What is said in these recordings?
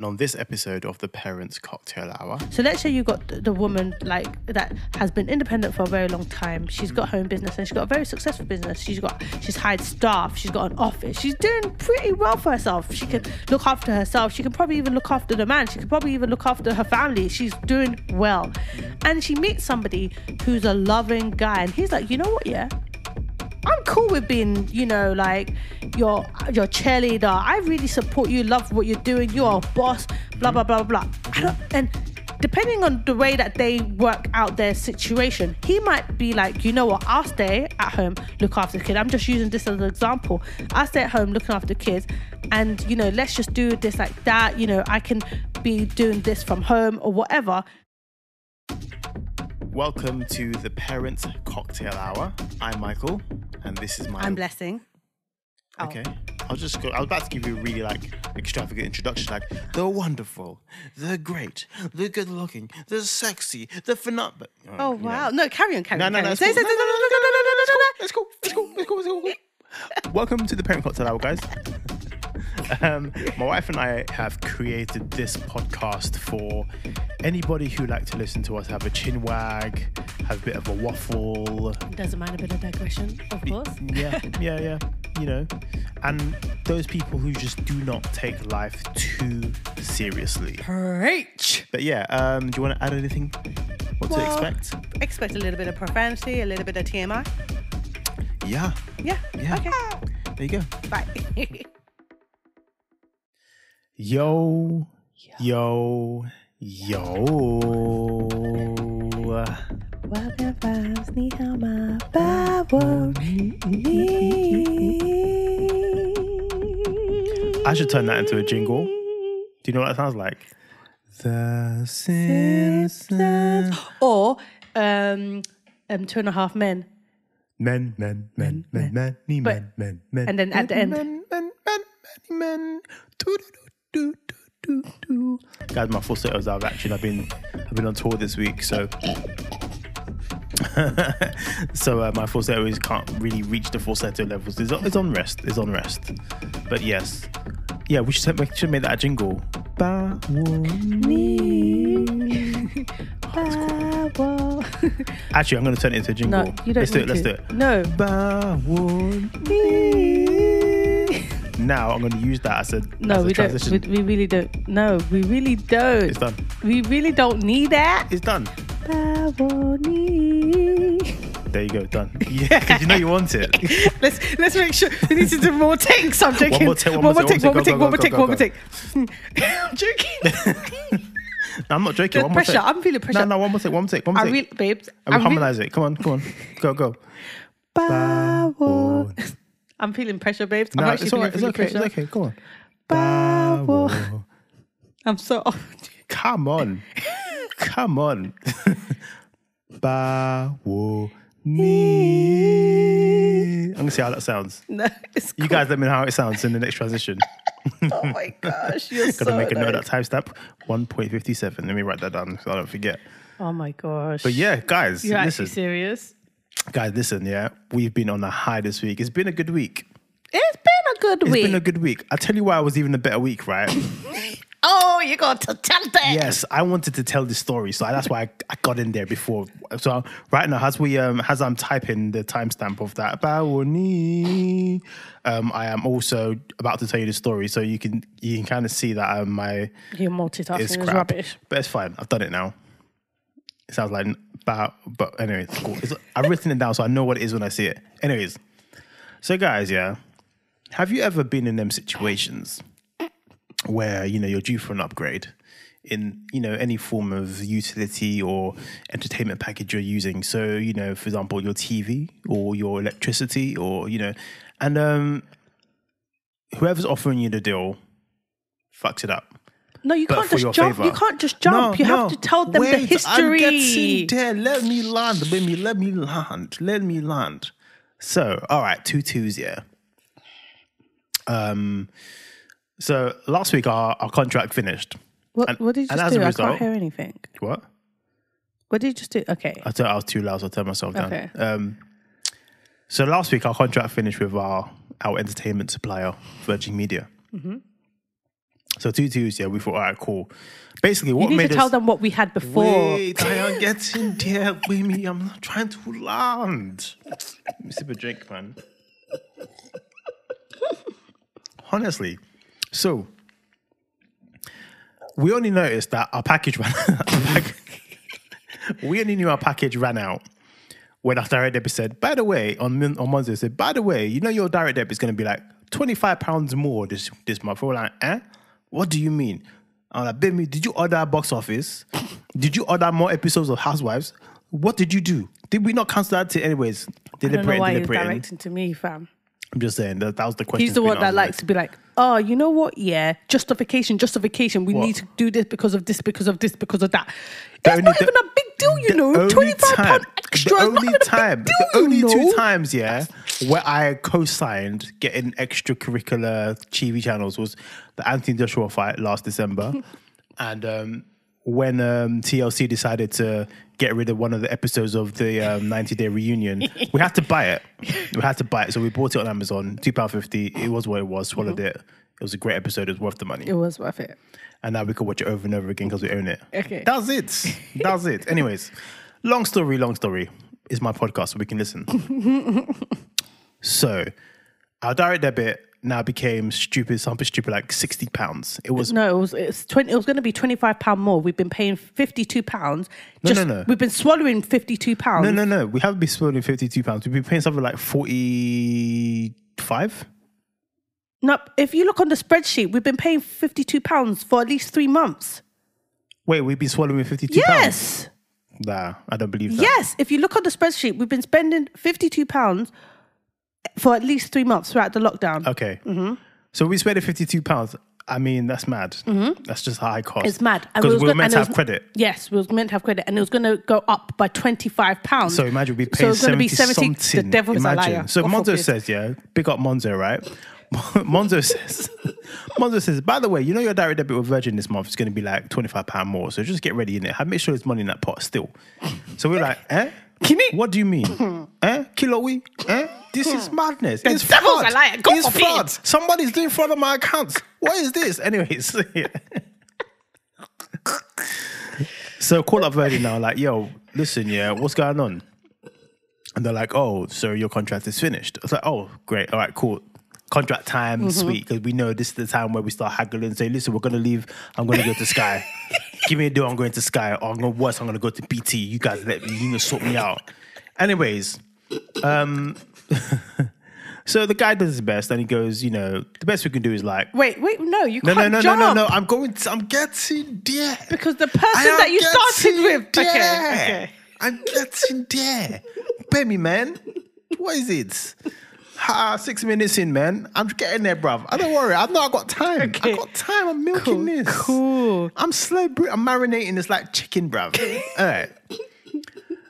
And on this episode of the Parents Cocktail Hour, So let's say you got th- the woman like that has been independent for a very long time. She's got her own business and she's got a very successful business. She's got she's hired staff. She's got an office. She's doing pretty well for herself. She can look after herself. She can probably even look after the man. She can probably even look after her family. She's doing well, and she meets somebody who's a loving guy, and he's like, you know what, yeah. I'm cool with being, you know, like your your cheerleader. I really support you, love what you're doing. You're a boss, blah blah blah blah. I don't, and depending on the way that they work out their situation, he might be like, you know what, I'll stay at home, look after the kid. I'm just using this as an example. I stay at home looking after the kids, and you know, let's just do this like that. You know, I can be doing this from home or whatever. welcome to the Parents Cocktail Hour. I'm Michael, and this is my. I'm blessing. Oh. Okay. I'll just go. I was about to give you a really like extravagant introduction, like the wonderful, the great, the good looking, the sexy, the um, phenomenal. Oh wow! No, carry on, carry No, on. no, carry no. on. It's Say, cool. say, No, no, say, no, no, no, no, no, no, no, no, no. It's cool. It's cool. It's cool. It's cool. It's cool. Welcome to the Parent Cocktail Hour, guys. Um, my wife and I have created this podcast for anybody who like to listen to us have a chin wag, have a bit of a waffle, Doesn't mind a bit of digression, of course. yeah, yeah, yeah. You know, and those people who just do not take life too seriously. Preach. But yeah, um, do you want to add anything? What Well- to expect? Expect a little bit of profanity, a little bit of TMI. Yeah, Yeah. Yeah. Okay. there you go. Bye. Yo, yo, yo. Welcome vibes, ni hao ma ba wo ni. I should turn that into a jingle. Do you know what that sounds like? The Simpsons. Or um, um, two and a half men. Men, men, men, men, men, men, But- men, men, men. and then at the end- Men, men, men, men, men. Do, do, do, do, do, do. Guys, my falsettos are action. I've been, I've been on tour this week, so. so uh, my falsetto is can't really reach the falsetto levels. It's, on- it's on rest. It's on rest. But yes, yeah, we should make, should make that a jingle. Ba, wo, ni. Ba wo. Actually, I'm going to turn it into a jingle. no, you don't let's do it. need Let's do to. it. No. Ba, wo, Ni. now I'm going to use that as a as No, a we don't. transition. We, we really don't. No, we really don't. It's done. We really don't need that. It's done. let's There you go. Done. Yeah, 'cause you know you want it. let's make sure we need to do more takes. I'm joking. more take, one more take, one one more take, one more more take, take, one go, more go, take. I'm joking. No, I'm not joking. The one more pressure, take. I'm feeling pressure. No, no. One more take. One more take. One more I take. really, babes. and we I really- harmonize it. Come on. Come on. Go. Go. Bow. I'm feeling pressure, babes. No, I'm actually it's all feeling right. It's really okay. It's okay. pressure. Come on. Bow. I'm so. Come on. Come on. Ba wo ni. I'm gonna see how that sounds. no, it's You guys, let me know how it sounds in the next transition. Oh my gosh, you're so. Gotta make a note nice. of that timestamp. 1.57. Let me write that down so I don't forget. Oh my gosh. But yeah, guys, You're listen. actually serious? Guys, listen, yeah. We've been on a high this week. It's been a good week. It's been a good It's week. been a good week. I tell you why it was even a better week, right? oh, you got to tell that. yes, I wanted to tell this story, so that's why I, I got in there before. So right now, as we um as I'm typing the timestamp of that Bawoni, um, I am also about to tell you the story, so you can you can kind of see that um, my Your it's multitasking is crap, rubbish. but it's fine. I've done it now. It sounds like but but anyway, it's cool. It's, I've written it down so I know what it is when I see it. Anyways, so guys, yeah, have you ever been in them situations where you know you're due for an upgrade in you know any form of utility or entertainment package you're using? So you know, for example, your TV or your electricity or you know, and um, whoever's offering you the deal fucks it up. No, you But can't for just your jump. favor. You can't just jump. No, you no. have to tell them the Wait, I'm getting history. there. Let me land, baby. Let me land. Let me land. So, all right, two twos, yeah. Um, so last week our, our contract finished. What, And- what did you and just as a do? I result- can't hear anything. What? What did you just do? Okay. I thought I was too loud, so I turned myself down. Okay. Um, so last week our Mm-hmm. contract finished with our our entertainment supplier, Virgin Media. So two twos, yeah, we thought, all right, cool. Basically, what You need made to tell us, them what we had before. Wait, I am getting there, Wimmy. I'm not trying to land. Let me sip a drink, man. Honestly, so we only noticed that our package ran. our pack- we only knew our package ran out when our direct debit said, "By the way," on Mon- on Monday said, "By the way, you know your direct debit is going to be like twenty five pounds more this this month." We're like, "Eh? What do you mean?" I'm like, "Baby, did you order box office? Did you order more episodes of Housewives? What did you do? Did we not cancel that? To anyways, I don't know deliberating, why he's deliberating. directing to me, fam. I'm just saying that that was the question. He's the one that likes to be like, oh, you know what? Yeah, justification, justification. We What? need to do this because of this, because of this, because of that. The That's only- not the- even a big deal, you the know. only Twenty five pound time- extra. The is not only even a big time, deal, the only you two know? times, yeah, where I co-signed getting extracurricular TV channels was the Anthony Joshua fight last December, and um, when um, TLC decided to get rid of one of the episodes of the um, 90 Day Reunion, we had to buy it. We had to buy it, so we bought it on Amazon, two pound fifty. It was what it was. Swallowed Mm-hmm. it. It was a great episode. It was worth the money It was worth it. and now we can watch it over and over again because we own it. Okay. That's it. That's it. Anyways, long story, long story. It's my podcast, so we can listen. so, our direct debit now became stupid, something stupid like sixty pounds. It was No, it was it's twenty. It was going to be twenty five pound more. We've been paying fifty two pounds. No, no, no. We've been swallowing fifty two pounds. no, no, no. We haven't been spending fifty-two pounds. We've been paying something like forty-five. No, if you look on the spreadsheet, we've been paying fifty two pounds for at least three months. Wait, we've been swallowing fifty-two pounds. Yes. Nah, I don't believe that. Yes, if you look on the spreadsheet, we've been spending fifty-two pounds for at least three months throughout the lockdown. Okay. Mm-hmm. So we spent fifty-two pounds. I mean, that's mad. That's just high cost. Mm-hmm. It's mad. And because was we were gonna- meant and to it was- have credit. Yes, we was meant to have credit, and it was going to go up by twenty-five pounds. So imagine we Um, So paying it's going to be 70 seventy. something. The devil's imagine. a liar. So God Monzo forbid. says, yeah, big up Monzo, right? Monzo says, Monzo says, by the way, you know your direct debit with Virgin this month is going to be like twenty five pound more. So just get ready in it. Have make sure there's money in that pot still. So we're like, eh? Kimmy. What do you mean? eh? Kiloe? Eh? This is madness. it's Hmm. devil's fraud. a liar. God it's forbid. fraud. Somebody's doing fraud on my accounts. What is this? Anyways. yeah. So call up Virgin now, like, yo, listen, yeah, what's going on? And they're like, oh, so your contract is finished. I was like, oh, great. All right, cool. Contract time, sweet. Because we know this is the time where we start haggling. Say, listen, we're going to leave. I'm going to go to Sky. Give me a deal. I'm going to Sky. Or I'm going to worse. I'm going to go to BT. You guys let me, you know, sort me out. Anyways, um, so the guy does his best and he goes, you know, the best we can do is like, Wait, wait, no, you no, can't no, no, jump no, no, no. I'm going, to, I'm getting there. because the person I am that you started getting with. there. Okay, okay. I'm getting there. Pay me, man. What is it? Ha, six minutes in, man. I'm getting there, bruv. I don't worry. I've not got time. Okay. i got time. I'm milking Cool, this. cool. I'm slow. Br- I'm marinating this like chicken, bruv. All right.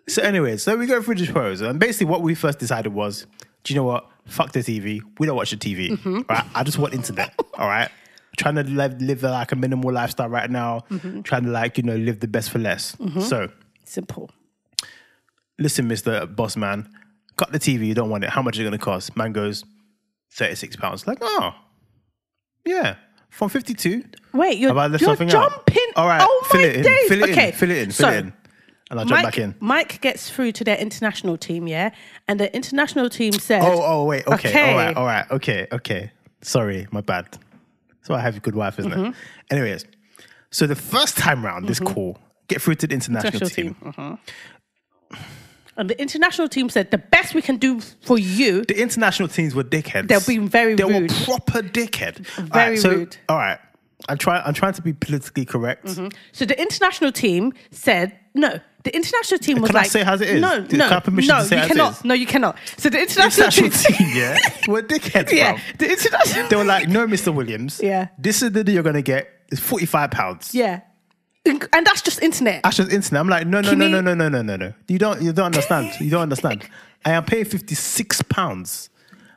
So, anyway, so we go through this proposal. And basically, what we first decided was do you know what? Fuck the TV. We don't watch the TV. Mm-hmm. Right? I just want internet. All right. Trying to live, live like a minimal lifestyle right now. Mm-hmm. Trying to, like, you know, live the best for less. So, Simple. listen, Mr. Boss Man, cut the TV, you don't want it. How much is it going to cost? Man goes, £36. Like, oh, yeah. From 52 Wait, you're, Have I you're left something jumping. out? All right, oh fill my it in, days. fill it okay, in, fill it in, fill so, it in. And I'll jump Mike, back in. Mike gets through to their international team, yeah, and the international team said, Oh, oh, wait. Okay. Okay. All right. All right. Okay. Okay. Sorry. My bad. So I have a good wife, isn't it? Mm-hmm. Anyways, so the first time round, this call, get through to the international, International team. team. oh. and the international team said, the best we can do for you. The international teams were dickheads. They're being very they rude. were proper dickhead. All right, Very so- rude. Mm-hmm. All right. I'm trying. I'm trying to be politically correct. So the international team said, no. The international team was Can I like, say it as it is? No, Do- no, can I have permission no, to say it you as it cannot. is? No, you cannot. So the international, international team, team, yeah, were dickheads, yeah, bro. the international, They were like, no, Mr. Williams. Yeah. This is the deal you're going to get. It's 45 pounds. yeah, and that's just internet. That's just internet. I'm like, no, no, Can no, you- no, no, no, no, no, no. You don't, you don't understand. You don't understand. I am paying 56 pounds.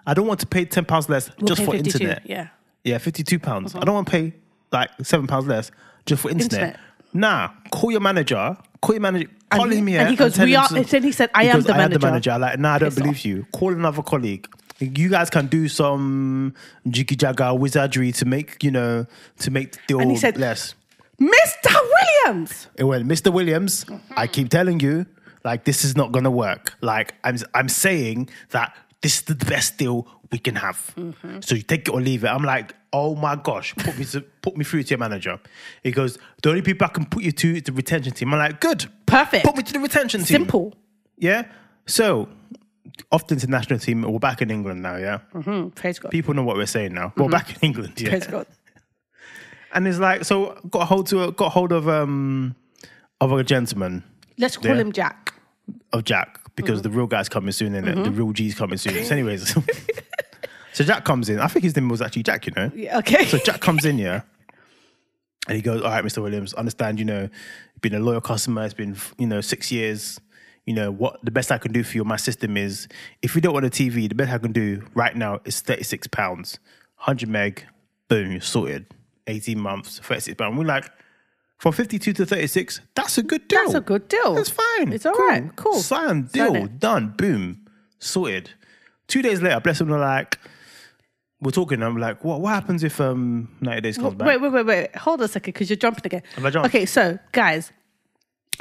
I don't want to pay 10 pounds less We'll just pay for 52, internet. Yeah. Uh-huh. Yeah, 52 pounds. I don't want to pay like seven pounds less just for internet. Internet. Nah, call your manager. Call your manager. Call he- him here. and he goes, tell "We him are-" to- and then he said, "I am goes, the I am the manager." manager. I'm like, nah, I don't Piss believe you. Call another colleague. You guys can do some jiggy jagger wizardry to make you know to make the deal And he said- less. Mr. Williams. It went, Mr. Williams. I keep telling you, like this is not gonna work. Like I'm I'm saying that this is the best deal we can have. So you take it or leave it. I'm like, oh my gosh, put me to, put me through to your manager. He goes, the only people I can put you to is the retention team. I'm like, good, Perfect. Put me to the retention team. Simple. Yeah. So off the international team, we're back in England now. Yeah. Hmm, Praise God. People know what we're saying now. We're back in England. Yeah. Praise God. And it's like, so got hold to got hold of um of a gentleman Let's call Yeah. him Jack. of Jack because the real guy's coming soon and the real G's coming soon. So, anyways, so Jack comes in. I think his name was actually Jack. You know. Yeah, okay. So Jack comes in, yeah, and he goes, "All right, Mr. Williams, understand. You know, you've been a loyal customer. It's been you know six years. You know what? The best I can do for you, on my system is if you don't want a TV, the best I can do right now is thirty six pounds, hundred meg, boom, you're sorted. Eighteen months, thirty six pounds. We're like, from fifty two to thirty six, that's a good deal. That's a good deal. It's fine. It's all right. Cool. Signed, Sign deal, it. done, boom, sorted. Two days later, bless them, they're like, we're talking. I'm like, what? What happens if um 90 days comes back? Wait, wait, wait, wait. Hold on a second, because you're jumping again. Have I jumped? Okay, so guys,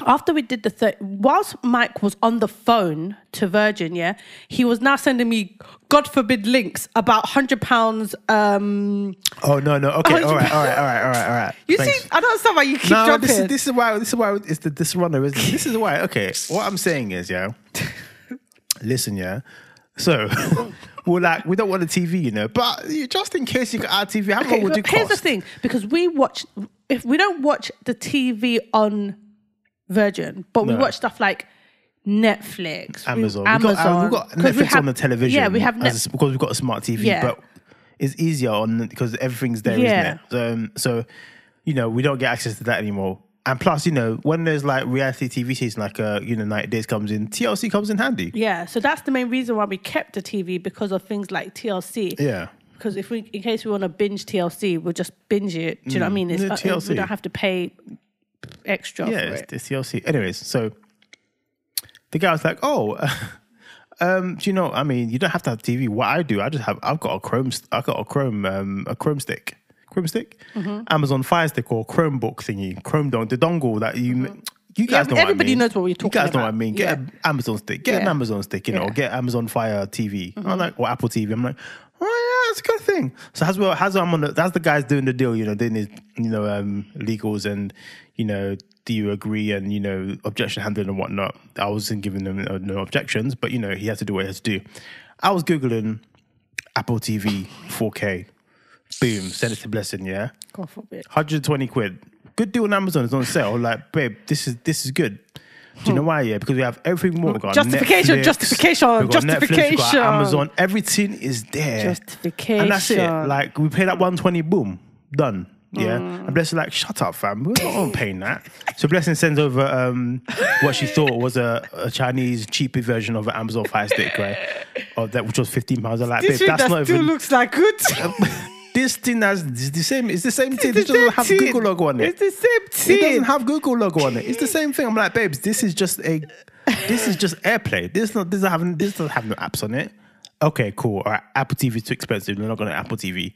after we did the third, whilst Mike was on the phone to Virgin, yeah, he was now sending me, God forbid, links about hundred pounds. Um, Oh no, no. Okay, Oh, all right, all right, all right, all right, all right. you Thanks. see, I don't understand why you keep no, jumping. this is this is why this is why it's the this runner is this is why. Okay, what I'm saying is, yeah, listen, yeah. So we're like, we don't want a TV, you know, but you- just in case you got our TV, how much Okay, would it but here's the cost? thing, because we watch, if we don't watch the TV on Virgin, but we No. watch stuff like. Netflix, we- Amazon. Amazon. We've got, uh, we've 'Cause got Netflix we have- on the television. Yeah, we have as Netflix. a s- because we've got a smart TV, Yeah. but it's easier on because everything's there, Yeah. not it? So, Um, so, you know, we don't get access to that anymore. And plus, you know, when there's like reality TV season, like uh, you know, Night Days comes in, TLC comes in handy. Yeah, so that's the main reason why we kept the TV because of things like TLC. Yeah. Because if we, in case we want to binge TLC, we'll just binge it. Do you know what I mean? It's, Mm. Yeah, uh, TLC. We don't have to pay extra Yeah, for it's, it. it's TLC. Anyways, so the guy was like, "Oh, um, do you know? I mean, you don't have to have TV. What I do, I just have. I've got a Chrome. st- I've got a Chrome. Um, a Chrome stick. Chrome stick. Mm-hmm. Amazon Fire Stick or Chromebook thingy. Chrome dong. The dongle that you." You guys know what I Mm-hmm. everybody mean. knows what we're You talking guys know what I about. mean. Get an Amazon stick. Get an Yeah. Amazon stick, you know, Yeah. Mm-hmm. get Amazon Fire TV. I'm like, or Apple TV. I'm like, oh yeah, it's a good thing. So as well, as I'm on the, that's the guys doing the deal, you know, doing his, you know, um, legals and you know, do you agree and you know, objection handling and whatnot. I wasn't giving them uh, no objections, but you know, he had to do what he had to do. I was googling Apple TV 4K. Boom, send it to Blessing, yeah. God forbid. 120 quid. Good deal on Amazon. It's on sale. Like, babe, this is this is good. Do you know why? Yeah, because we have everything more. We've got Justification, Netflix, justification, we've got Netflix, we've got justification. Amazon, everything is there. Justification. Mm. And that's it. Like we pay that 120, boom, done. Yeah. And Blessing like, shut up, fam. We're not on paying that. So Blessing sends over um, what she thought was a, a Chinese cheaper version of an Amazon Fire Stick, right? Of that which was 15 pounds. I'm like, babe, this thing that's that not still even looks like good. this thing has it's the same, it's the same thing. This It's the same doesn't have thing. Google logo on it. It's the same It thing. doesn't have Google logo on it. It's the same thing. I'm like, babes, this is just a, this is just AirPlay. This not this doesn't have this doesn't have no apps on it. Okay, cool. All right, Apple TV is too expensive. We're not going to Apple TV.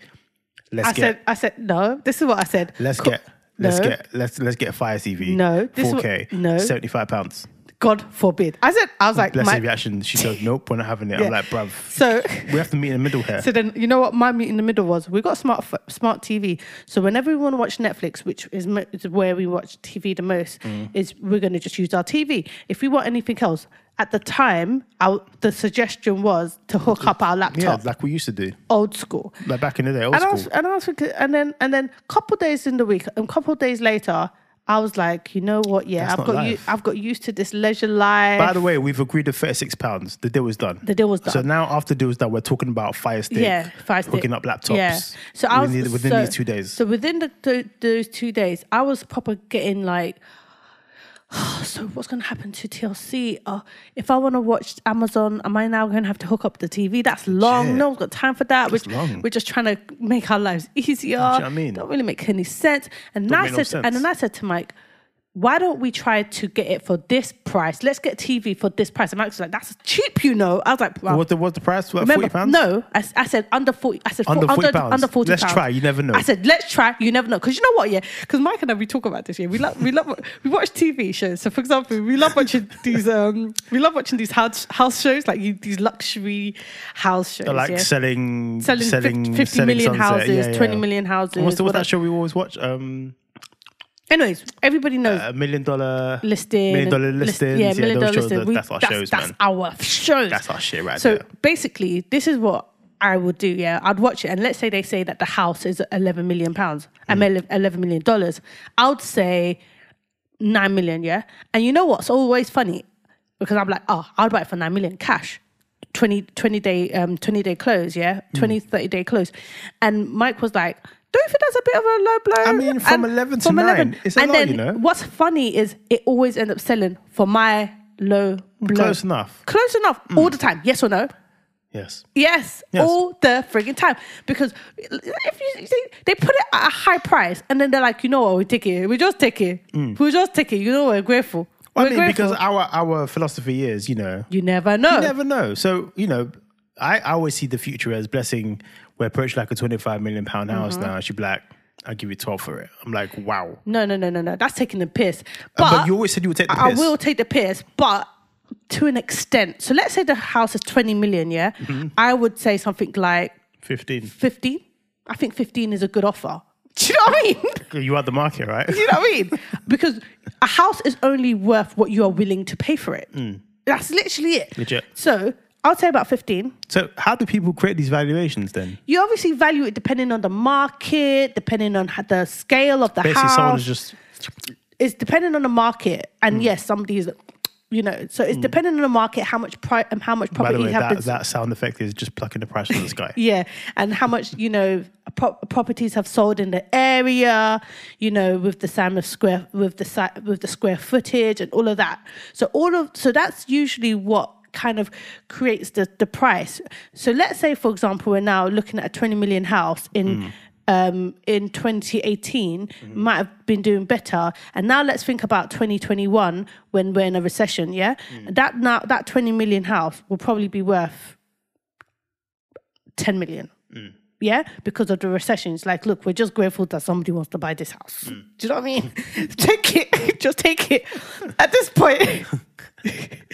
Let's I get said, I said, no, this is what I said. let's Co- get let's No. get let's let's get Fire TV. No, this four K. wa- no. seventy five pounds. God forbid. I said, I was Oh, like, Bless my- her reaction. She said, nope, we're not having it. Yeah. I'm like, bruv, so we have to meet in the middle here. So then, you know what my meet in the middle was? We got smart f- smart TV. So whenever we want to watch Netflix, which is, mo- is where we watch TV the most, Mm. is we're going to just use our TV. If we want anything else, at the time, our, the suggestion was to hook up our yeah, laptop, like we used to do, old school. like back in the day, old And I school. was, and I was thinking, and then and then couple days in the week, and couple days later. I was like, you know what? Yeah, That's I've not got life. I've got used to this leisure life. By the way, we've agreed to thirty-six pounds. The deal was done. The deal was So done. now, after the deal was done, we're talking about Fire Stick. Yeah, fire stick. Hooking up laptops. Yeah. So I was within, within so- these two days. So within the, th those two days, I was proper getting like, so what's going to happen to TLC? Uh, if I want to watch Amazon, am I now going to have to hook up the TV? That's long. Legit. No one's got time for that. We're, long. we're just trying to make our lives easier. what I mean? Don't really make any sense. And then make I said, no and sense. then I said to Mike. why don't we try to get it for this price? Let's get TV for this price. And Max was like, that's cheap, you know. I was like, well, What the, what's the price? What, remember, forty pounds? no, I, s- I said under 40. I said Under fo- 40 pounds. Under 40 Let's pounds. try, you never know. I said, let's try. You never know. Because you know what? Yeah. Because Mike and I, we talk about this. Yeah. We love, we love, we watch TV shows. So, for example, we love watching these, um, we love watching these house, house shows, like you, these luxury house shows. They're like yeah. selling, Selling fif- selling 50 selling million sunset. houses, Yeah, yeah. 20 million houses, What's, the, what's whatever. that show we always watch? Um, Anyways, everybody knows. a million dollar listing, million dollar and list- listings. yeah, million dollar those shows, listing. that- We- that's our shows, that's man. our shows. That's our shit right so there. basically, this is what I would do. Yeah, I'd watch it, and let's say they say that the house is eleven million pounds, Hmm. and eleven million dollars. I'd say nine million. Yeah, and you know what's always funny because I'm like, oh, I'd buy it for nine million cash. 20, 20 day um 20 day close yeah Hmm. 20 30 day close and mike was like don't you think that's a bit of a low blow I mean, from 11 to 9, it's a and lot, then you know. what's funny is it always ends up selling for my low blow. Close enough. Close enough all the time. Yes or no? Yes. Yes, Yes. all the frigging time. Because if you you see, they put it at a high price and then they're like, you know what, we take it. We just take it. We just take it. You know, we're grateful. Mm. I we're mean, grateful. because our our philosophy is, you know, you never know. you never know. So you know, I, I always see the future as blessing. We're approaching like a twenty-five million pound house Mm-hmm. now. And she'd be like, "I'll give you twelve for it." I'm like, "Wow!" no, no, no, no, no. That's taking the piss. Uh, But, But, you always said you would take the I piss. will take the piss, but to an extent. So let's say the house is 20 million, yeah? Mm-hmm. I would say something like Fifteen. 15. I think 15 is a good offer. Do you know what I mean? You are the market, right? Do you know what I mean? Because a house is only worth what you are willing to pay for it. That's literally it. Mm. Legit. So I'll say about 15. So how do people create these valuations then? You obviously value it depending on the market, depending on ho- the scale of the Basically, house. someone is just Mm. it's depending on the market. And yes, somebody is, you know, so it's depending on the market, how much pri- um, how much by property the way you have that, been that sound effect is just plucking the price from the sky. Yeah, and how much you know pro- properties have sold in the area, you know, with the same of square with the si- with the square footage and all of that. So all of so that's usually what kind of creates the the price. So let's say for example we're now looking at a 20 million house in um, in 2018 might have been doing better. And now let's think about 2021 when we're in a recession. Yeah, that now that 20 million house will probably be worth 10 million. Mm. Yeah, because of the recession. It's like, look, we're just grateful that somebody wants to buy this house. Mm. Do you know what I mean? take it, just take it. At this point,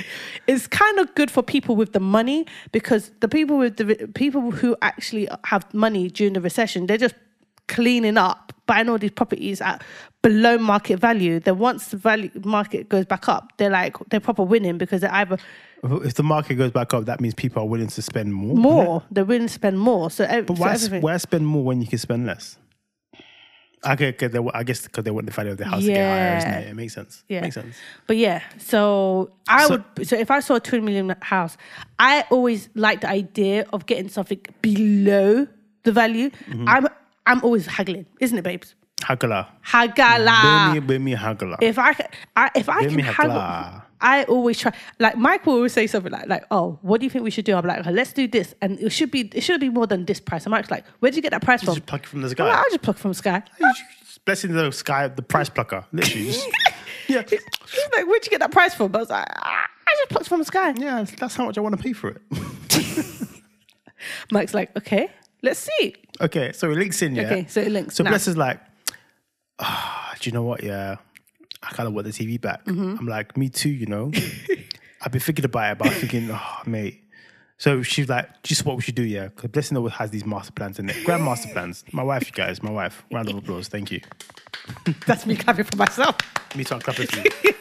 it's kind of good for people with the money because the people with the re- people who actually have money during the recession, they're just cleaning up, buying all these properties at below market value. Then once the value market goes back up, they're like they're proper winning because they're either If the market goes back up, that means people are willing to spend more. more, they're willing to spend more. So, ev- But so why, everything- why spend more when you can spend less? Okay, okay they, I guess because they want the value of the house to get higher, isn't Yeah. it? It makes sense. Yeah. Makes sense. But yeah, so I So- would. So if I saw a twenty million house, I always like the idea of getting something below the value. Mm-hmm. I'm I'm always haggling, isn't it, babes? Haggler. Hagala. Ah. Bring me, bring me haggler. If I can, I, if I Give can me haggle, hagla. I always try. Like Mike will always say something like, like, oh, what do you think we should do? I'm like, let's do this, and it should be it should be more than this price. And Mike's like, where did you get that price from? just pluck it from the I'm like, sky. I'll just pluck from Sky. Blessing the sky, the price plucker. Literally. just- yeah. He's like, where'd you get that price from? I was like, ah, I just plucked from Sky. Yeah, that's how much I want to pay for it. Mike's like, okay, let's see. Okay, so it links in, yeah. Okay, so it links So now. Bless is like, ah, do you know what? Yeah, I kind of want the TV back. Mm-hmm. I'm like, me too, you know. I've been thinking about it, but I'm thinking, oh, mate. So she's like, just what we should do, yeah. Because Blessing always has these master plans in it. Grand master plans. My wife, you guys, my wife. Round of applause. Thank you. That's me clapping for myself. Me too, I'm clapping for you.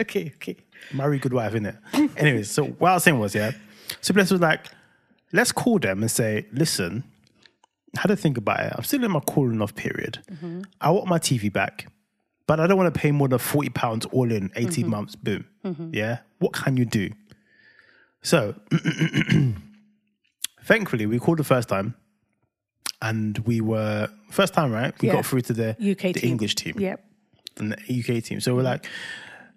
okay, okay. Marry good wife, innit? Anyways, so what I was saying was, yeah. So Bless was like, let's call them and say, listen, I had to think about it. I'm still in my cooling off period. Mm-hmm. I want my TV back, but I don't want to pay more than forty pounds all in Mm-hmm. 18 months. Boom. Yeah. What can you do? So, thankfully, we called the first time, and we were first time right. We Yeah. got through to the UK the team. English team Yep. and the UK team. So we're like,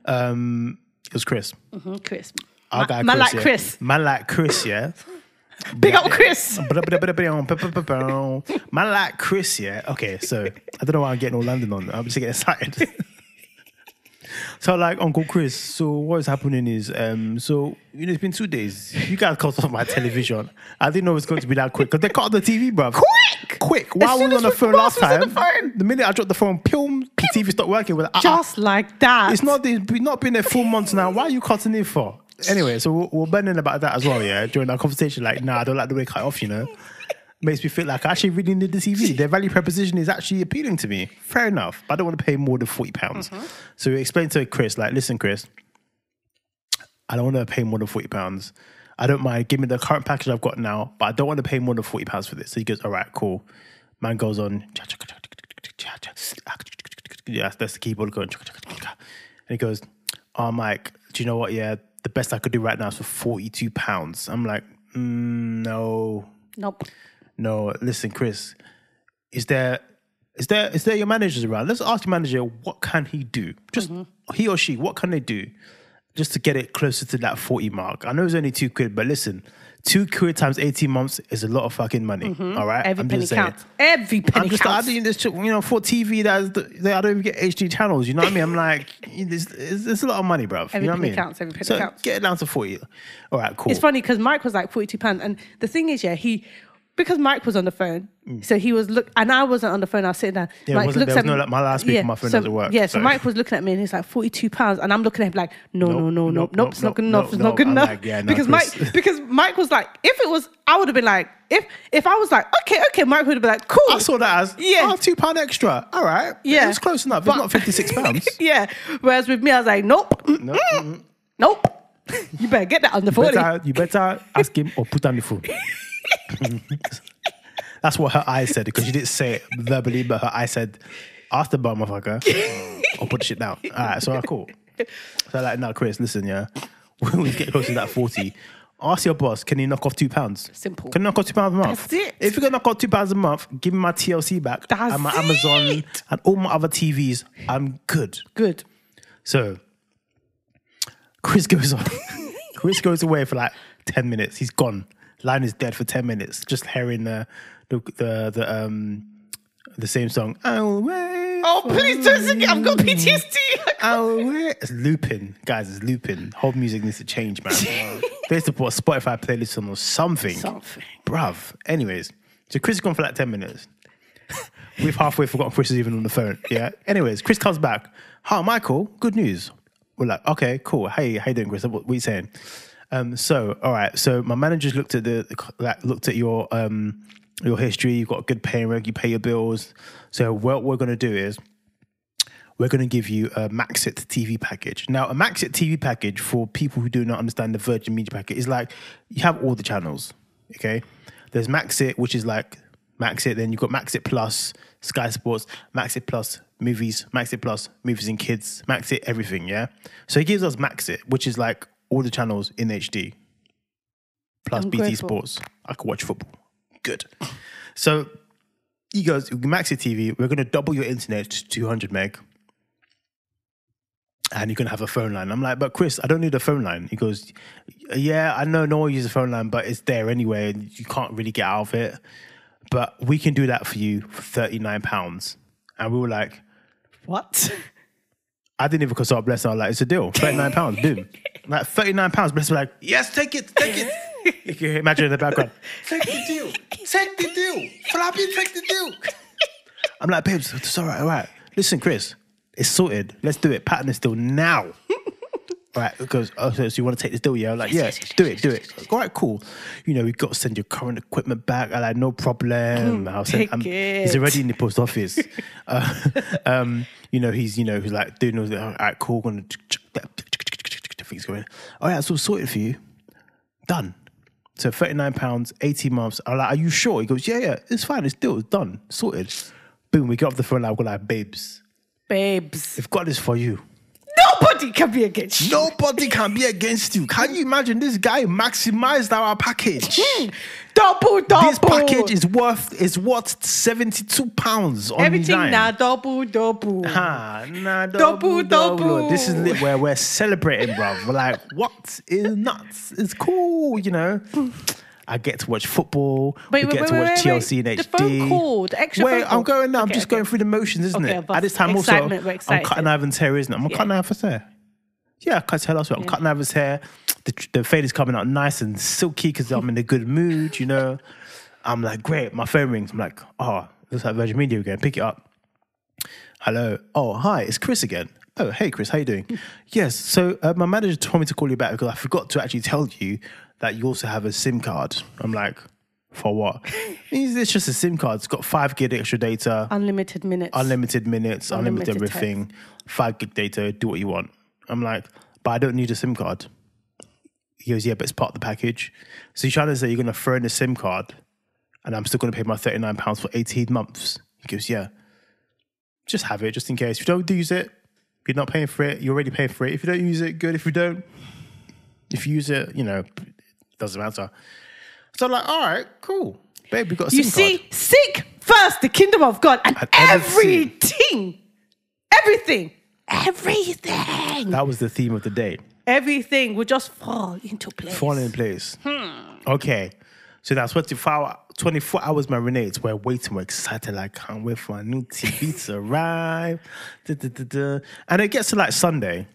um, it was Chris. Mm-hmm. Chris. Our Ma- guy, man like yeah. Chris. Man like Chris, yeah. Big up Chris. Man like Chris, yeah. Okay, so I don't know why I'm getting all London on. I'm just getting excited. So like Uncle Chris, so what's happening is um so you know it's been two days. You guys cut off my television. I didn't know it was going to be that quick because they cut off the TV, bruv. Quick! quick! While As we soon were on the as phone the last boss was on time, the phone. minute I dropped the phone, pum, the TV stopped working. With uh-uh. Just like that. it's not it's been- not been a full month now. Why are you cutting it for? Anyway, so we're, we're burning about that as well. Yeah, during our conversation, like, nah, I don't like the way it cut off. You know, makes me feel like I actually really need the TV. Their value proposition is actually appealing to me. Fair enough, but I don't want to pay more than forty pounds. So we explained to Chris, like, listen, Chris, I don't want to pay more than forty pounds. I don't mind. Give me the current package I've got now, but I don't want to pay more than forty pounds for this. So he goes, all right, cool. Man goes on. Yeah, that's the keyboard going. And he goes, oh, Mike, do you know what? Yeah, the best I could do right now is for forty-two pounds. I'm like, mm, no, Nope. no. Listen, Chris, is there is there is there your managers around? Let's ask your manager what can he do? Just Mm-hmm. he or she, what can they do just to get it closer to that 40 mark? I know it's only two quid, but listen, two quid times 18 months is a lot of fucking money. all right. Mm-hmm. Every I'm penny just saying. counts. Every penny I'm just counts. adding this, to- you know, for TV that's the, they- I don't even get HD channels. You know what I mean? I'm like, it's, it's, it's a lot of money, bruv. Every you know what I penny mean? counts, every penny so counts. Get it down to forty. All right, cool. It's funny because Mike was like forty two pounds, and the thing is, yeah, he because Mike was on the phone, so he was look, and I wasn't on the phone. I was sitting down. Mm. Yeah, it Mike wasn't- there was no, like, my loudspeaker on my phone so, doesn't work, Yeah, so, so- Mike was looking at me, and he's like forty two pounds, and I'm looking at him like, no, Nope, no, no, nope, nope, nope, it's not nope, good nope, enough, it's nope. not good I'm enough. like, yeah, no, because Chris. Mike, because Mike was like, if it was, I would have been like, if if I was like, okay, okay, Mike would have been like, cool. I saw that as Yeah. oh, two pound extra. All right, Yeah. it's close enough. But- it's not fifty six pounds. yeah. Whereas with me, I was like, nope, mm, No, mm, nope. you better get that under forty. better, you better ask him or put down the phone. That's what her eyes said because she didn't say it verbally, but her eyes said, "Ask the bum, motherfucker, or put the shit down." All right, so I cool. So like, now Chris, listen, yeah, when we get close to that forty, ask your boss, can he knock off two pounds? Simple. Can he knock off two pounds a month? That's it. If you can knock off two pounds a month, give me my TLC back That's and my Amazon it. and all my other TVs. I'm good. Good. So Chris goes on. Chris goes away for like ten minutes. He's gone. Line is dead for ten minutes. Just hearing the the the, the um the same song. I'll wait. Oh, please don't sing it. I've got PTSD. I'll wait. Oh, It's looping, guys. It's looping. Whole music needs to change, man. they used to put a Spotify playlist on or something. Something. bruv. Anyways, so Chris is gone for like ten minutes. We've halfway forgotten Chris is even on the phone. Yeah. Anyways, Chris comes back. Hi, Michael. Good news. We're like, okay, cool. Hey, how you doing, Chris? What, what are you saying? Um, so, all right. So my managers looked at the like, looked at your um your history. You've got good paying reg. You pay your bills. So what we're gonna do is we're going to give you a Maxit TV package. Now, a Maxit TV package for people who do not understand the Virgin Media packet is like you have all the channels. Okay, there's Maxit, which is like Maxit. Then you've got Maxit Plus, Sky Sports, Maxit Plus movies, Maxit Plus movies and kids, Maxit everything. Yeah, so he gives us Maxit, which is like all the channels in HD plus I'm BT grateful. Sports. I could watch football. Good. So he goes, Maxi TV, we're going to double your internet to 200 meg. And you're going to have a phone line. I'm like, but Chris, I don't need a phone line. He goes, yeah, I know no one uses a phone line, but it's there anyway. And you can't really get out of it. But we can do that for you for £39. And we were like, What? I didn't even consult Bless. I was like, it's a deal. £39, boom. Like £39, Bless was like, yes, take it, take it. You can imagine in the background. Take the deal. Take the deal. Floppy, take the deal. I'm like, babes, it's all right, all right. Listen, Chris, it's sorted. Let's do it. Pattern is still now. all right, because oh, so, so you want to take this deal, yeah? I'm like, yeah, yes, yes, do it, do it. All right, cool. You know, we got to send your current equipment back. I like, no problem. I'll send. take I'm- um, He's it. already in the post office. uh, um, you know, he's you know he's like doing all the all right, cool. Gonna check that. Things going. All right, it's all sorted for you. Done. So £39, 18 months. I'm like, are you sure? He goes, yeah, yeah, it's fine. It's deal. It's done. Sorted. Boom, we get off the phone. I've got like, babes, Babes. they've got this for you. Nobody can be against you. Nobody can be against you. Can you imagine this guy maximized our package? Double, Hmm. double. this package is worth, is worth 72 pounds on everything nine. now double, double. Ah, nah, Double, double, double, double. This is lit where we're celebrating, bruv. We're like, what is nuts? It's cool, you know. I get to watch football. Wait, we wait, get wait, to wait, watch wait, wait. TLC in The HD. phone call, the extra Wait, phone call. I'm going now. I'm Okay, just okay. going through the motions, isn't Okay, it? but At this time, also, excitement, we're I'm excited. cutting Ivan Terry, isn't it? I'm cutting Ivan Terry. Yeah, I cut his hair last week. I'm cutting out his hair. The, the fade is coming out nice and silky because I'm in a good mood, you know. I'm like, great. My phone rings. I'm like, oh, looks like Virgin Media again. Pick it up. Hello. Oh, hi. It's Chris again. Oh, hey, Chris. How you doing? yes. So uh, my manager told me to call you back because I forgot to actually tell you that you also have a SIM card. I'm like, for what? it's just a SIM card. It's got five gig extra data Unlimited minutes. unlimited minutes, unlimited, Unlimited text. everything, five gig data, do what you want. I'm like, but I don't need a SIM card. He goes, yeah, but it's part of the package. So you're trying to say you're going to throw in a SIM card and I'm still going to pay my £39 for 18 months. He goes, yeah, just have it just in case. If you don't use it, you're not paying for it. You're already paying for it. If you don't use it, good. If you don't, if you use it, you know, it doesn't matter. So I'm like, all right, cool. Babe, we got a You SIM see, card. seek first the kingdom of God and And everything. everything, everything, everything, That was the theme of the day. Everything will just fall into place. Falling in place. Okay. So that's 24, hour, 24 hours marinades. We're waiting. We're excited. Like, can't wait for our new TV to arrive. Da, da, da, da. And it gets to like Sunday.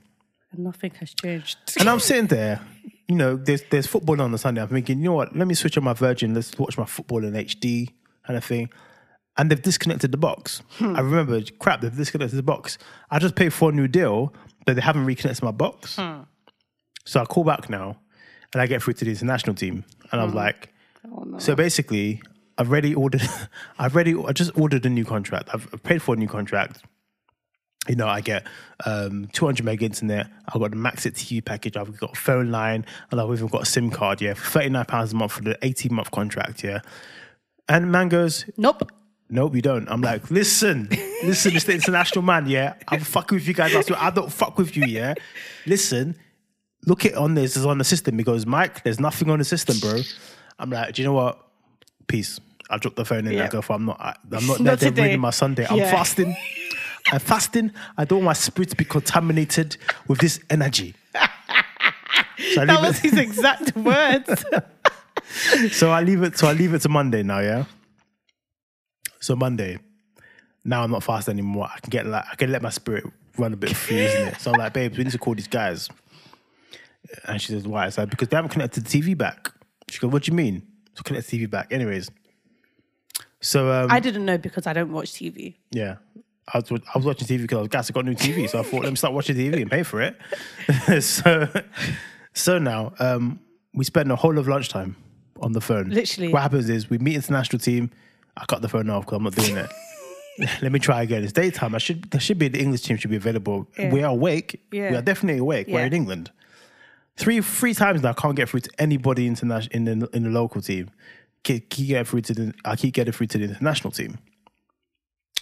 And nothing has changed. And I'm sitting there, you know, there's, there's football on the Sunday. I'm thinking, you know what? Let me switch on my Virgin. Let's watch my football in HD kind of thing. And they've disconnected the box. I remember, crap, they've disconnected the box. I just paid for a new deal, but they haven't reconnected my box. So I call back now and I get through to the international team. And I was like, so basically, I've already ordered, I've already, I just ordered a new contract. I've I've paid for a new contract. You know, I get um, 200 meg internet. I've got the max it TV package. I've got phone line, and I've even got a SIM card. Yeah, for 39 pounds a month for the 18 month contract. Yeah, and man goes, Nope. Nope, you don't. I'm like, listen, listen, Mr. International Man, yeah. I'm fucking with you guys. Last week. I don't fuck with you, yeah. Listen, look it on this, it's on the system. He goes, Mike, there's nothing on the system, bro. I'm like, do you know what? Peace. I dropped the phone in Yeah. I go for I'm not I, I'm not, Not there today. ruining my Sunday. I'm Yeah. fasting. I'm fasting. I don't want my spirit to be contaminated with this energy. So I That leave was it- his exact words. so I leave it. So I leave it to Monday now. Yeah. So Monday, now I'm not fast anymore. I can get like I can let my spirit run a bit free, isn't it? So I'm like, babes, we need to call these guys. And she says, why? I said, because they haven't connected the TV back. She goes, what do you mean? So connect the TV back. Anyways. So um, I didn't know because I don't watch TV. yeah. I was, I was watching TV because I was gassed. I got a new TV, so I thought, let me start watching TV and pay for it. so, so now um, we spend the whole of lunchtime on the phone. Literally. what happens is we meet international team. I cut the phone off because I'm not doing it. let me try again. It's daytime. I should there should be the English team should be available. We are awake. Yeah. We are definitely awake. We're Yeah. in England. Three three times now, I can't get through to anybody international in the in the local team. Keep, keep getting through to the I keep getting through to the international team.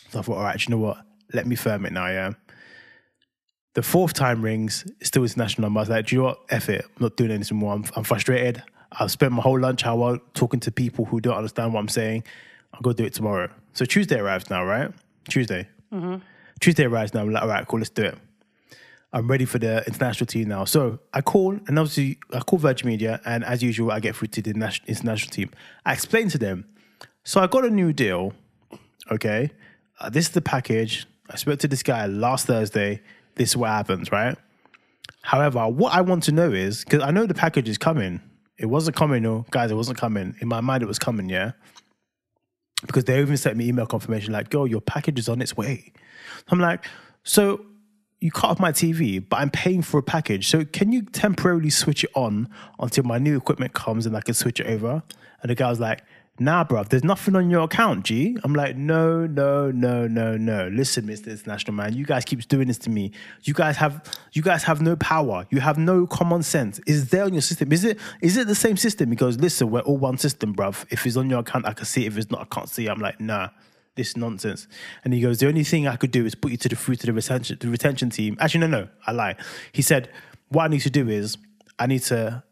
So I thought, all right, you know what? Let me firm it now, yeah. The fourth time rings, it's still international number. I was like, do you know what? F it. I'm not doing anything more. I'm, I'm frustrated. I've spent my whole lunch hour talking to people who don't understand what I'm saying. I'll go do it tomorrow. So Tuesday arrives now, right? Tuesday. Tuesday arrives now. I'm like, all right, cool, let's do it. I'm ready for the international team now. So I call, and obviously I call Virgin Media, and as usual, I get through to the nas- international team. I explain to them, so I got a new deal. Okay, uh, this is the package. I spoke to this guy last Thursday. This is what happens, right? However, what I want to know is because I know the package is coming. It wasn't coming, no, guys. It wasn't coming. In my mind, it was coming, yeah. Because they even sent me email confirmation like, "Girl, your package is on its way." I'm like, so you cut off my TV, but I'm paying for a package. So can you temporarily switch it on until my new equipment comes and I can switch it over? And the guy was like, nah, bruv, there's nothing on your account, G. I'm like, no, no, no, no, no. Listen, Mr. International Man, you guys keeps doing this to me. You guys have you guys have no power. You have no common sense. Is there on your system? Is it is it the same system? He goes, listen, we're all one system, bruv. If it's on your account, I can see it. If it's not, I can't see it. I'm like, nah this nonsense. And he goes, the only thing I could do is put you to the through to the retention, the retention team. Actually, no, no, I lie. He said, what I need to do is I need to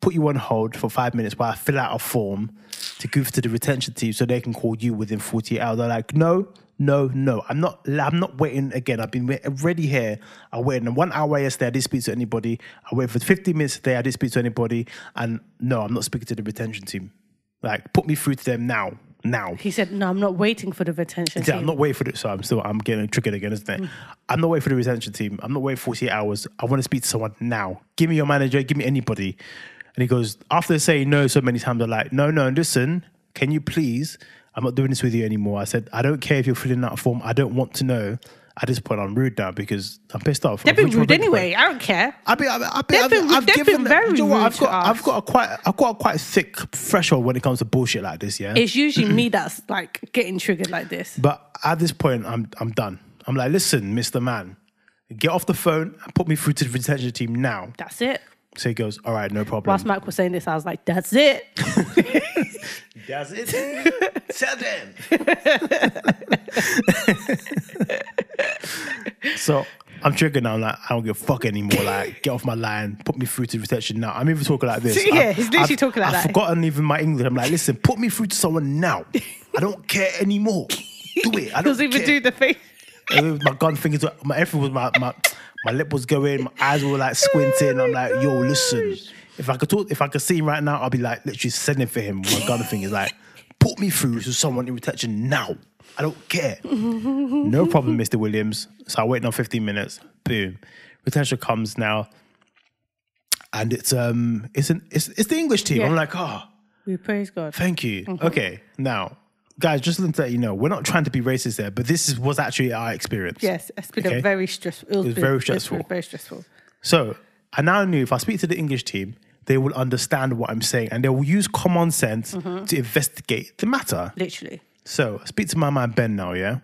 put you on hold for five minutes while I fill out a form to give to the retention team so they can call you within 48 hours. They're like, no, no, no. I'm not I'm not waiting again. I've been wait- already here. I waited one hour yesterday, I didn't speak to anybody. I waited for 15 minutes today, I didn't speak to anybody. And no, I'm not speaking to the retention team. Like, put me through to them now. now. He said, "No, I'm not waiting for the retention Yeah, team. I'm not waiting for it. So I'm still, I'm getting triggered again, isn't it? Mm. I'm not waiting for the retention team. I'm not waiting 48 hours. I want to speak to someone now. Give me your manager. Give me anybody. And he goes, after saying no so many times, I'm like, no, no, listen, can you please? I'm not doing this with you anymore. I said, I don't care if you're filling out a form. I don't want to know. At this point, I'm rude now because I'm pissed off. They've been Which one rude do you think? anyway. I don't care. I've been, I've been, I've been, They've I've, been- I've they've given, been very do you know what? rude I've got, to us. I've got a quite, I've got a quite thick threshold when it comes to bullshit like this. Yeah. It's usually me that's like getting triggered like this. But at this point, I'm I'm done. I'm like, listen, Mister Man, get off the phone and put me through to the retention team now. That's it. So he goes, all right, no problem. Whilst Mike was saying this, I was like, "That's it." That's it. Tell them. so I'm triggered now. I'm like, I don't give a fuck anymore. Like, get off my line. Put me through to retention now. I'm even talking like this. Yeah, I've- he's literally I've- talking like I've that. forgotten even my English. I'm like, listen, put me through to someone now. I don't care anymore. Do it. I don't Doesn't even care. do the thing. It was my gun fingers, were- my everything was my my my lip was going, my eyes were like squinting. I'm like, yo, listen, if I could talk, if I could see him right now, I'd be like literally sending for him. with My gun fingers like, put me through to someone in retention now. I don't care. no problem, Mr. Williams. So I waited on 15 minutes. Boom, retention comes now, and it's um, it's an it's it's the English team. Yeah. I'm like, oh. We praise God. Thank you. Okay. Now, guys, just to let you know, we're not trying to be racist there, but this is, was actually our experience. Yes, it's been Okay. a very stressful. It was, was been- very it's been stressful. Very stressful. So I now knew if I speak to the English team, they will understand what I'm saying and they will use common sense to investigate the matter. Literally. So speak to my man Ben now, yeah?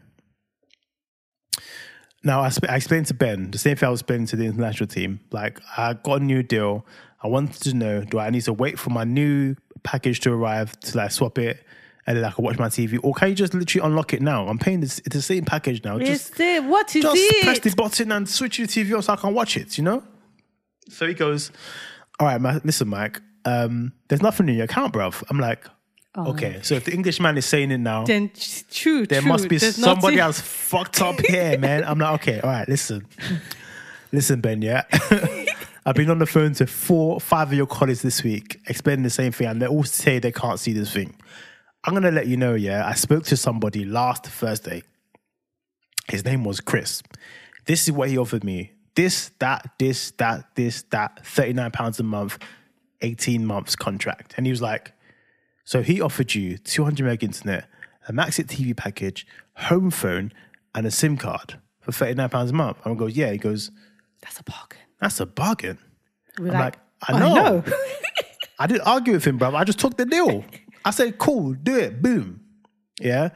Now, I, sp- I explained to Ben the same thing I was explaining to the international team. Like, I got a new deal. I wanted to know do I need to wait for my new package to arrive to like swap it and then I can watch my TV? Or can you just literally unlock it now? I'm paying this, it's the same package now. Just, It's there. What is just it? press the button and switch your TV on so I can watch it, you know? So he goes, All right, Ma- listen, Mike, um, there's nothing in your account, bruv. I'm like, Okay, so if the Englishman is saying it now, then it's true. there true. must be There's somebody nothing- else fucked up here, man. I'm like, okay, all right, listen. Listen, Ben, yeah. I've been on the phone to four, five of your colleagues this week explaining the same thing, and they all say they can't see this thing. I'm gonna let you know, yeah. I spoke to somebody last Thursday. His name was Chris. This is what he offered me. This, that, this, that, this, that, £39 a month, 18 months contract. And he was like, so he offered you 200 meg internet, a Maxit TV package, home phone, and a SIM card for £39 a month. And I goes, yeah. He goes, That's a bargain. that's a bargain. We're I'm like, like, "Oh, I know. I, didn't argue with him, bro. I just took the deal. I said, cool, do it. Boom. Yeah.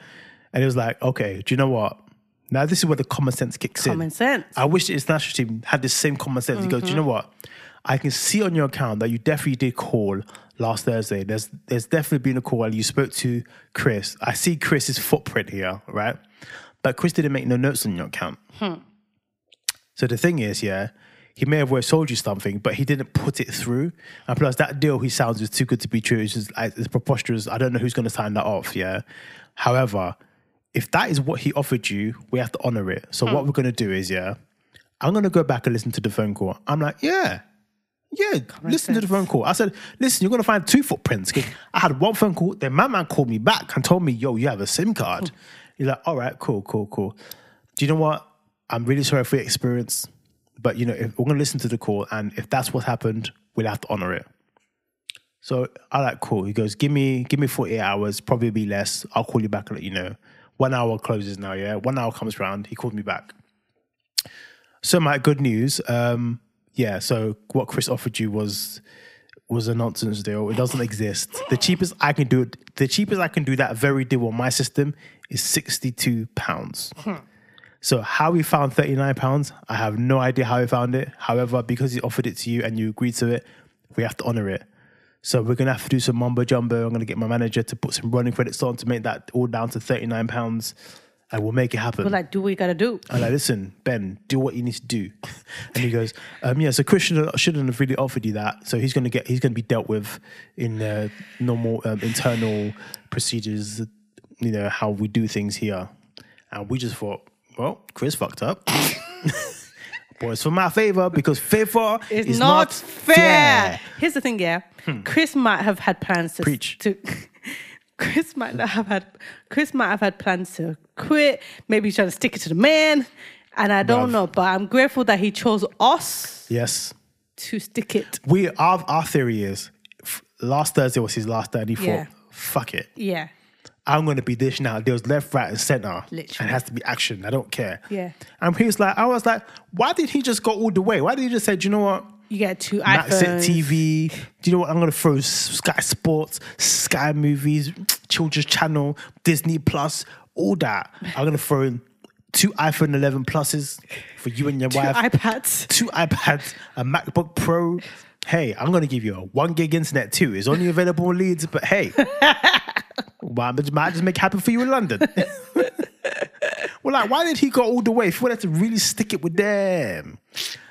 And he was like, okay, do you know what? Now this is where the common sense kicks in. common sense. I wish the international team had the same common sense. He goes, Do you know what? I can see on your account that you definitely did call last Thursday. There's there's definitely been a call and you spoke to Chris. I see Chris's footprint here, right? But Chris didn't make no notes on your account. So the thing is, yeah, he may have well sold you something, but he didn't put it through. And plus, that deal he sounds is too good to be true. It's just like, it's preposterous. I don't know who's going to sign that off. Yeah. However, if that is what he offered you, we have to honor it. So what we're going to do is, yeah, I'm going to go back and listen to the phone call. I'm like, yeah. Yeah, listen to the phone call. I said, listen, you're gonna find two footprints. 'Cause I had one phone call, then my man called me back and told me, yo, you have a SIM card. He's like, all right, cool, cool, cool. Do you know what? I'm really sorry for your experience, but you know, if we're gonna listen to the call, and if that's what happened, we'll have to honor it. So I like cool. He goes, give me give me 48 hours, probably be less. I'll call you back and let you know. One hour closes now, yeah. One hour comes round. He called me back. So Mike, good news. Um, yeah, so what Chris offered you was was a nonsense deal. It doesn't exist. The cheapest I can do it, the cheapest I can do that very deal on my system is sixty-two pounds. So how he found thirty-nine pounds, I have no idea how he found it. However, because he offered it to you and you agreed to it, we have to honor it. So we're gonna have to do some mumbo jumbo. I'm gonna get my manager to put some running credits on to make that all down to thirty-nine pounds, and we'll make it happen. We're like, do what you gotta do. I'm like, listen, Ben, do what you need to do. And he goes, um, yeah, so Christian shouldn't have really offered you that. So he's going to get, he's going to be dealt with in uh, normal um, internal procedures, you know, how we do things here. And we just thought, well, Chris fucked up. but it's for my favor because favor It's is not, fair. fair. Hmm. Here's the thing, yeah. Chris might have had plans to Preach. to Chris might not have had Chris might have had plans to quit. Maybe he's trying to stick it to the man. And I don't Bruv. know, but I'm grateful that he chose us Yes. to stick it. We our our theory is f- last Thursday was his last day, and he Yeah. thought, "Fuck it, Yeah. I'm going to be this now." There was left, right, and center, and Literally. it has to be action. I don't care. Yeah. And he was like, I was like, why did he just go all the way? Why did he just say, "Do you know what? You get two Max it iPhones. TV. Do you know what? I'm going to throw S- Sky Sports, Sky Movies, Children's Channel, Disney Plus, all that. I'm going to throw in two iPhone 11 pluses for you and your Two wife iPads. two iPads, a MacBook Pro. Hey, I'm gonna give you a one gig internet too. It's only available in Leeds, but hey, why might might just make it happen for you in London? well, like, why did he go all the way? If you wanted to really stick it with them.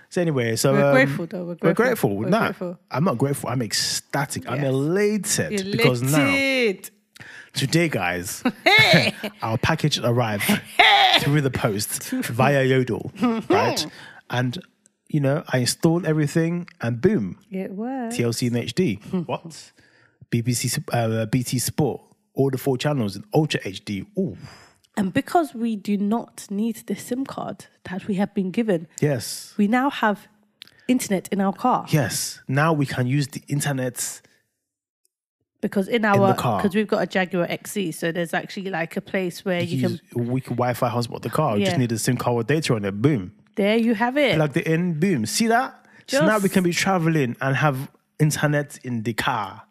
So anyway, so We're um, grateful, though. We're We're grateful. grateful. We're Nah, grateful. I'm not grateful. I'm ecstatic. I'm Yes. elated, because now Elated. today, guys, our package arrived through the post via Yodel, right? And you know, I installed everything, and boom, It worked. TLC and Hmm. HD. what? BBC, Sup- uh, BT Sport, all the four channels in Ultra HD. Ooh, And because we do not need the SIM card that we have been given, yes, we now have internet in our car. yes. Now we can use the internet. Because in our the car. because we've got a Jaguar XC, so there's actually like a place where you can use, we can Wi-Fi hotspot the car. You just Yeah. need a SIM card with data on it. Boom, there you have it. plugged it in. Boom. See that? so now we Just- can be traveling and have internet in the car.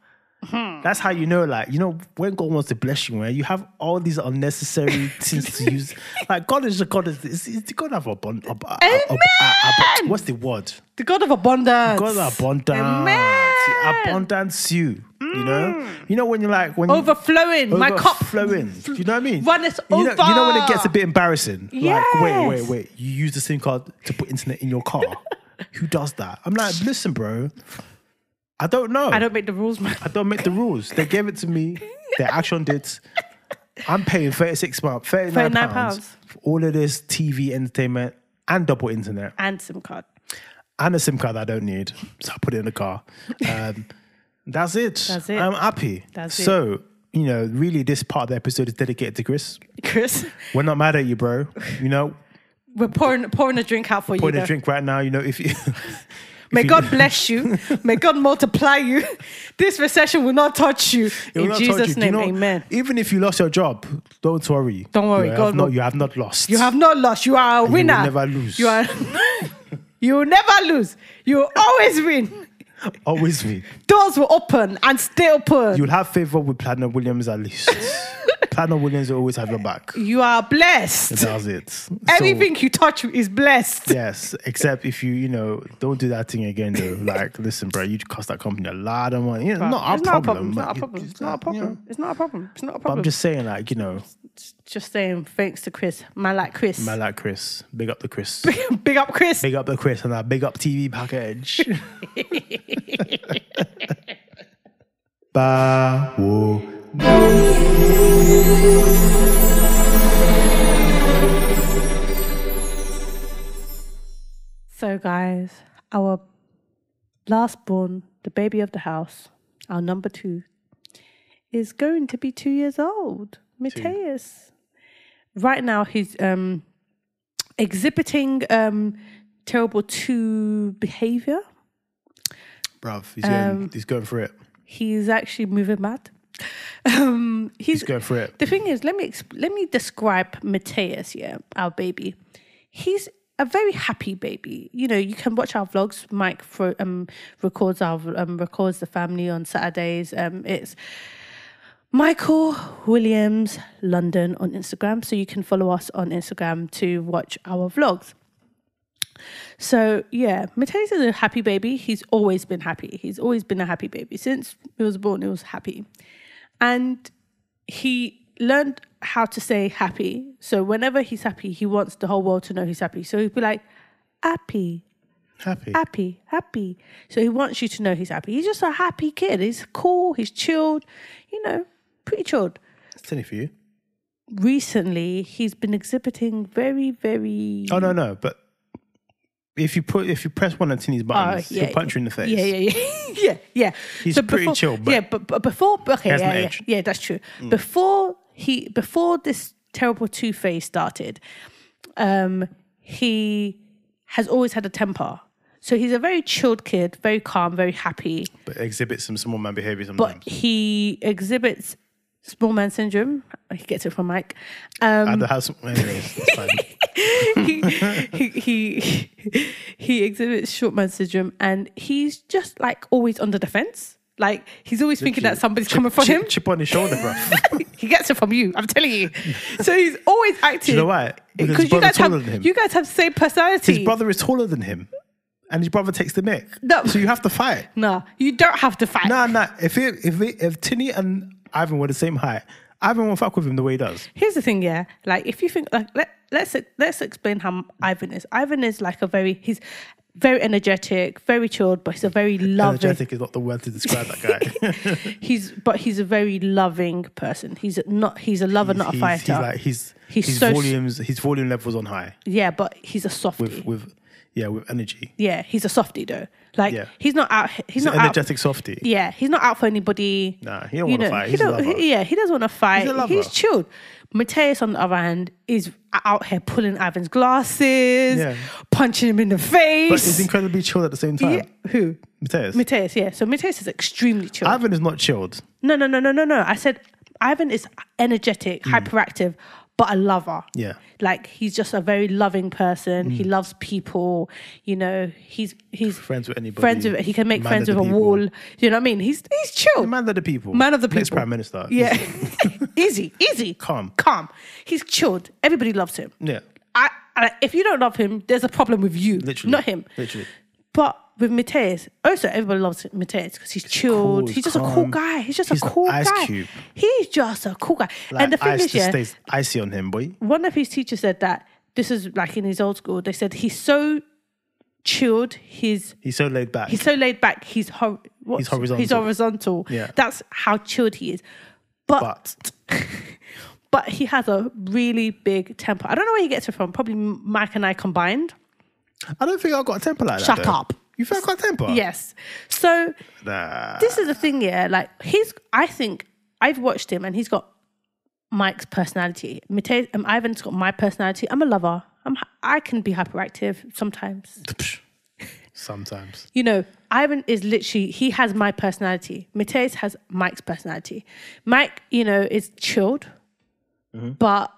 Hmm. That's how you know, like, you know, when God wants to bless you, man, you have all these unnecessary things to use. Like, God is the God, is, is, is the God of abundance. Ab- ab- ab- ab- ab- what's the word? the God of abundance. God of abundance. Amen. Hmm. He Abundance you, you know? You know when you're like, when you, Overflowing. My cup flowing. Do you know what I mean? Run us you know, You know when it over. gets a bit embarrassing. Like, wait, wait, Yes. wait. You use the SIM card to put internet in your car. Who does that? I'm like, listen, bro. I don't know. I don't make the rules, man. I don't make the rules. They gave it to me. Their action did. I'm paying 36 pounds, 39 £39 pounds for all of this TV entertainment and double internet And SIM card. and a SIM card I don't need. So I put it in the car. Um, that's it. That's it. I'm happy. That's it. so, you know, really this part of the episode is dedicated to Chris. Chris, We're not mad at you, bro. You know, we're pouring pouring a drink out for pouring you. a though. drink right now. You know, if you May you- God bless you. May God multiply you. This recession will not touch you. it will In not touch Jesus' you. Do you name, know, amen. Even if you lost your job, don't worry. Don't worry, you have God not, will- you have not lost. You have not lost. You are a will winner. never lose. You are. you will never lose. You will always win. always win. Doors will open and stay open. You, You'll have favor with Platinum Williams at least. Platinum Williams will always have your back. are blessed. That's it. So- Everything you touch is blessed. Yes, except if you, you know, don't do that thing again though. Like, listen, bro, you cost that company a lot of money. You know, not our it's problem. Not like, a problem. it's It's not a that, you know. problem. It's not a problem. It's not a problem. It's not But a I'm problem. just saying, like, you know, just saying thanks to Chris. Man like Chris. I like Chris. Big up the Chris. Big up Chris. Big up the Chris and that big up TV package. ba wo. So guys, our last born, the baby of the house, our number two, is going to be two years old. Mateus. Right now he's um exhibiting um terrible two behavior. Bruv, he's going, Um, he's going for it. He's actually moving mad. Um He's going for it. The thing is, let me exp- let me describe Mateus, yeah, our baby. He's a very happy baby. You know, you can watch our vlogs. Mike fro- um, records our um, records the family on Saturdays. Um, it's Michael Williams London on Instagram, so you can follow us on Instagram to watch our vlogs. So yeah, Mateus is a happy baby. He's always been happy. He's always been a happy baby since he was born. He was happy, and he learned how to say happy. So whenever he's happy, he wants the whole world to know he's happy. So he'd be like, happy, Happy. happy, happy. So he wants you to know he's happy. He's just a happy kid. He's cool. He's chilled. You know, pretty chilled. That's funny for you. Recently, he's been exhibiting very, very. Oh, no, no. But If you put if you press one of Tinny's buttons, Oh, yeah, he'll punch you in the face. Yeah, yeah, yeah, yeah, yeah. He's pretty before, chill, but- yeah, but, but before, okay, has an yeah, yeah, edge. Mm. yeah, that's true. Before he, before this terrible two phase started, um, he has always had a temper. So he's a very chilled kid, very calm, very happy, But exhibits some small man behavior sometimes. but he exhibits small man syndrome. He gets it from Mike. um, At the house, anyways, it's fine. he, he he he exhibits short man syndrome and he's just like always on the defense. Like he's always thinking that somebody's coming for chip, him. chip on his shoulder, bro. he gets it from you, I'm telling you. So he's always acting. you know why? Because his you brother's guys have taller than him. you guys have the same personality. his brother is taller than him, and his brother takes the mic. No. So you have to fight. nah, you don't have to fight. Nah, nah. If it, if it, if Tinny and Ivan were the same height, Ivan won't fuck with him the way he does. Here's the thing, yeah. Like if you think like let let's let's explain how Ivan is. Ivan is like a very he's very energetic, very chilled, but he's a very loving Energetic is not the word to describe that guy. He's but he's a very loving person. He's not he's a lover, not a he's, fighter. he's like he's He's his so s- volumes his volume levels on high yeah, but he's a softie. with with yeah with energy. yeah, he's a softie though. Like Yeah. he's not out. He's He's an not out. energetic softy. Yeah, he's not out for anybody. Nah, he don't You wanna know, fight. he He's a don't- lover. he- yeah, he doesn't want to fight. He's a He's, lover. chilled. Mateus, on the other hand, is out here pulling Ivan's glasses, Yeah. punching him in the face. But he's incredibly chilled at the same time. Yeah, Who? Mateus. Mateus, yeah. So Mateus is extremely chilled. Ivan is not chilled. No, no, no, no, no, no. I said Ivan is energetic, hyperactive, but a lover. Mm. Yeah. Mm. Like he's just a very loving person. He loves people. You know, he's he's Friends with anybody. Friends with he can make Man friends of with the a people. wall. You know what I mean? He's he's chill. Man of the people. Man of the Next people. prime minister. yeah. easy, easy. Calm. Calm. He's chilled. Everybody loves him. Yeah. I, I if you don't love him, there's a problem with you. Literally. Not him. Literally. But with Mateus, also everybody loves Mateus because he's chilled. cool, he's he's just a cool calm. guy. He's just He's a the cool Ice guy. Cube. He's just a cool guy. Like, and the thing ice is, just yeah, stays icy on him, boy. one of his teachers said that this is like in his old school. They said he's so chilled. He's He's so laid back. he's so laid back. He's hor- what's- He's horizontal. He's horizontal. Yeah. that's how chilled he is. But but but he has a really big temper. I don't know where he gets it from. Probably Mike and I combined. I don't think I've got a temper like that. Shut though. up. You think I've got a temper? Yes. So Nah. this is the thing, yeah. Like he's, I think I've watched him, and he's got Mike's personality. Mate, um, Ivan's got my personality. I'm a lover. I'm, hy- I can be hyperactive sometimes. Psh. Sometimes. You know, Ivan is literally he has my personality. Mateus has Mike's personality. Mike, you know, is chilled, Mm-hmm. but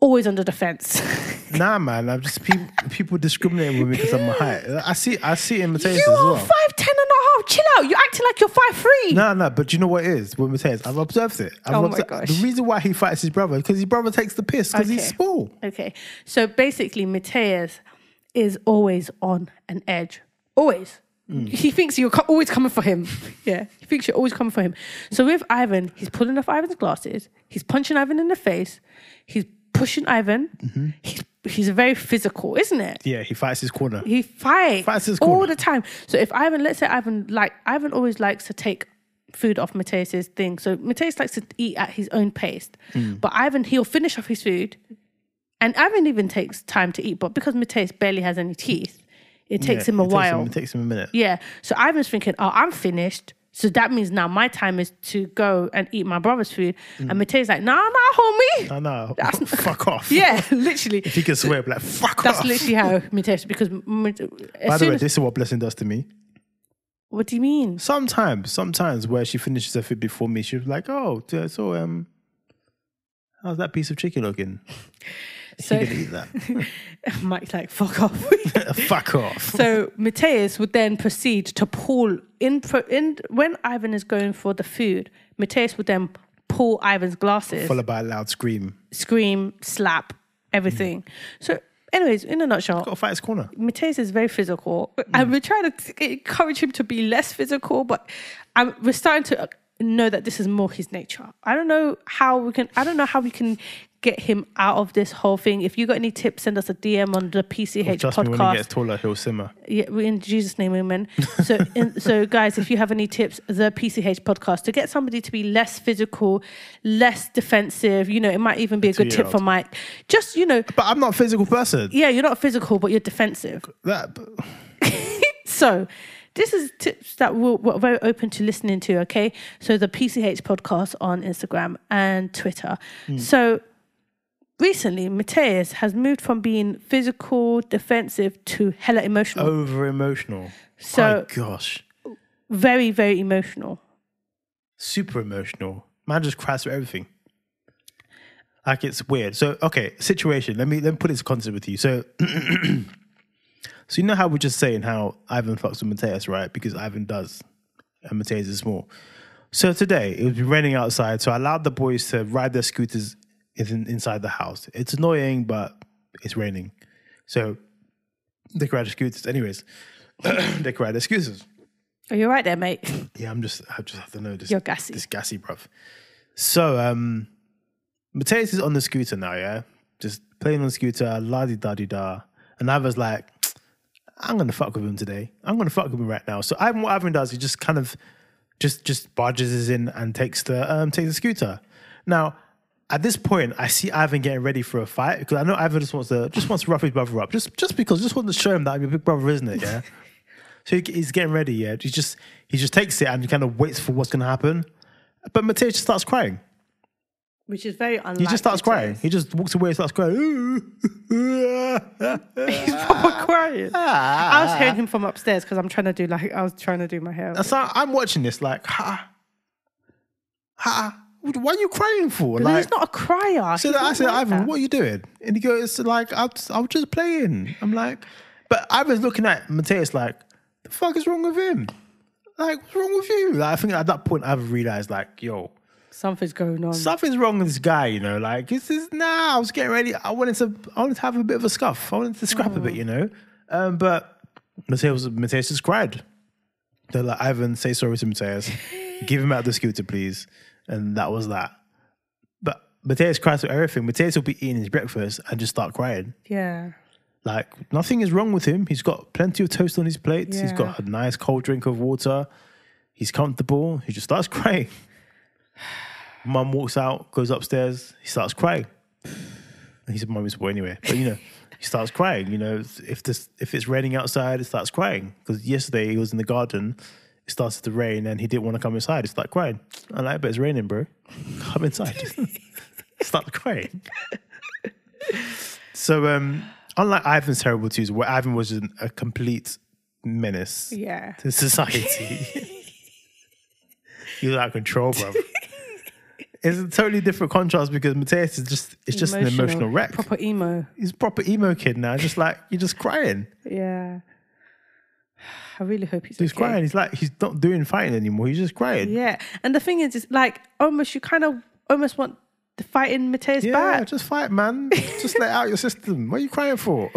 always on the defense. Nah, man. I'm just people. People discriminate with me because of my height. I see. I see it in Mateus you as are well. five ten and a half. Chill out. You're acting like you're five three. No, no, but you know what it is with Mateus? I've observed it. I've Oh my observed, gosh. The reason why he fights his brother because his brother takes the piss because he's Okay. small. Okay. So basically, Mateus is always on an edge. Always. He thinks you're co- always coming for him. Yeah. He thinks you're always coming for him. So with Ivan, he's pulling off Ivan's glasses. He's punching Ivan in the face. He's pushing Ivan. He's, he's very physical, isn't it? Yeah, he fights his corner. He fights, Fights his all corner. the time. So if Ivan, let's say Ivan like Ivan always likes to take food off Mateus's thing. So Mateus likes to eat at his own pace, Mm. but Ivan he'll finish off his food, and Ivan even takes time to eat. But because Mateus barely has any teeth, it takes Yeah, him a it while. it takes him a minute. yeah. So Ivan's thinking, oh, I'm finished. So that means now my time is to go and eat my brother's food. Mm. And Mateus like, nah, nah, homie. I know. That's- fuck off. Yeah, literally. If he can swear, be like fuck That's off. literally how Mateus because M- as By the soon way, as, this is what blessing does to me. what do you mean? Sometimes, sometimes where she finishes her food before me, she's like, "Oh, t- so um, how's that piece of chicken looking? So you can eat that. Mike's like, fuck off. fuck off." so Mateus would then proceed to pull in, pro- in when Ivan is going for the food, Mateus would then pull Ivan's glasses, Followed by a loud scream. scream, slap, everything. So, anyways, in Mm. Got a Mm. nutshell, to fight his corner. Mateus is very physical, and we're trying to t- encourage him to be less physical, but um, we're starting to uh, know that this is more his nature. I don't know how we can. I don't know how we can get him out of this whole thing. If you got any tips, send us a DM on the PCH Trust me, when he podcast. gets taller, he'll simmer. Yeah, we- in Jesus' name, amen. So, in, so guys, if you have any tips, the PCH podcast to get somebody to be less physical, less defensive. You know, it might even be a good tip for two-year-old. Mike. Just you know, But I'm not a physical person. yeah, you're not physical, but you're defensive. That So, this is tips that we're, we're very open to listening to, okay? So, the PCH podcast on Instagram and Twitter. So, recently, Mateus has moved from being physical, defensive to hella emotional. over emotional. So- My gosh, Very, very emotional. super emotional. Man just cries for everything. Like it's weird. So okay, situation. Let me let me put this concept with you. So, so you know how we're just saying how Ivan fucks with Mateus, right? Because Ivan does, and Mateus is small. So today it was raining outside, so I allowed the boys to ride their scooters in, inside the house. It's annoying, but it's raining, so they can ride their scooters. Anyways, they can ride their scooters. Are you all right there, mate? Yeah, I'm just I just have to know this. You're gassy. This gassy, bruv. So um Mateus is on the scooter now, yeah? Just playing on the scooter, la di da di da. And I was like, I'm gonna fuck with him today. I'm gonna fuck with him right now. So Ivan what Ivan does, he just kind of just just barges us in and takes the um takes the scooter. Now at this point, I see Ivan getting ready for a fight because I know Ivan just wants to just wants to rough his brother up, just just because just wants to show him that I'm your big brother, isn't it? Yeah. So he, he's getting ready. Yeah, he just he just takes it and kind of waits for what's going to happen. But Mateus just starts crying. Which is very unlikely. He just starts crying. He just walks away and starts crying. I'm crying. Ah, I was hearing him from upstairs because I'm trying to do like, I was trying to do my hair. so I'm watching this like, ha, ha. What, what are you crying for? But Like, he's not a crier. so He's that I not said, like Ivan, that. what are you doing? And he goes, like, I was, I was just playing. I'm like, but Ivan's looking at Mateus like, the fuck is wrong with him? Like, what's wrong with you? Like, I think at that point, I've realized like, yo, Something's going on. something's wrong with this guy, you know. Like this is nah, I was getting ready. I wanted to I wanted to have a bit of a scuff. I wanted to scrap a bit, you know. Um, but Mateus Mateus just cried. They're like, Ivan, say sorry to Mateus. Give him out the scooter, please. And that was that. But Mateus cries for everything. Mateus will be eating his breakfast and just start crying. yeah. Like nothing is wrong with him. He's got plenty of toast on his plate. He's got a nice cold drink of water. He's comfortable. He just starts crying. Mum walks out, goes upstairs. He starts crying. And he's a mummy's boy anyway. But you know, he starts crying. You know, if this if it's raining outside, it starts crying. Because yesterday he was in the garden. It started to rain and he didn't want to come inside. He started crying. I like, but it's raining, bro. Come inside. Start crying. So, um, unlike Ivan's terrible twos, where Ivan was just a complete menace Yeah. to society, he was out of control, bro. It's a totally different contrast because Mateus is just it's just an emotional wreck. Proper emo. He's a proper emo kid now, just like you're just crying. Yeah. I really hope he's, He's okay. crying. He's like he's not doing fighting anymore. He's just crying. Yeah. And the thing is, it's like almost you kind of almost want the fighting Mateus Yeah, back. just fight, man. just let out your system. What are you crying for?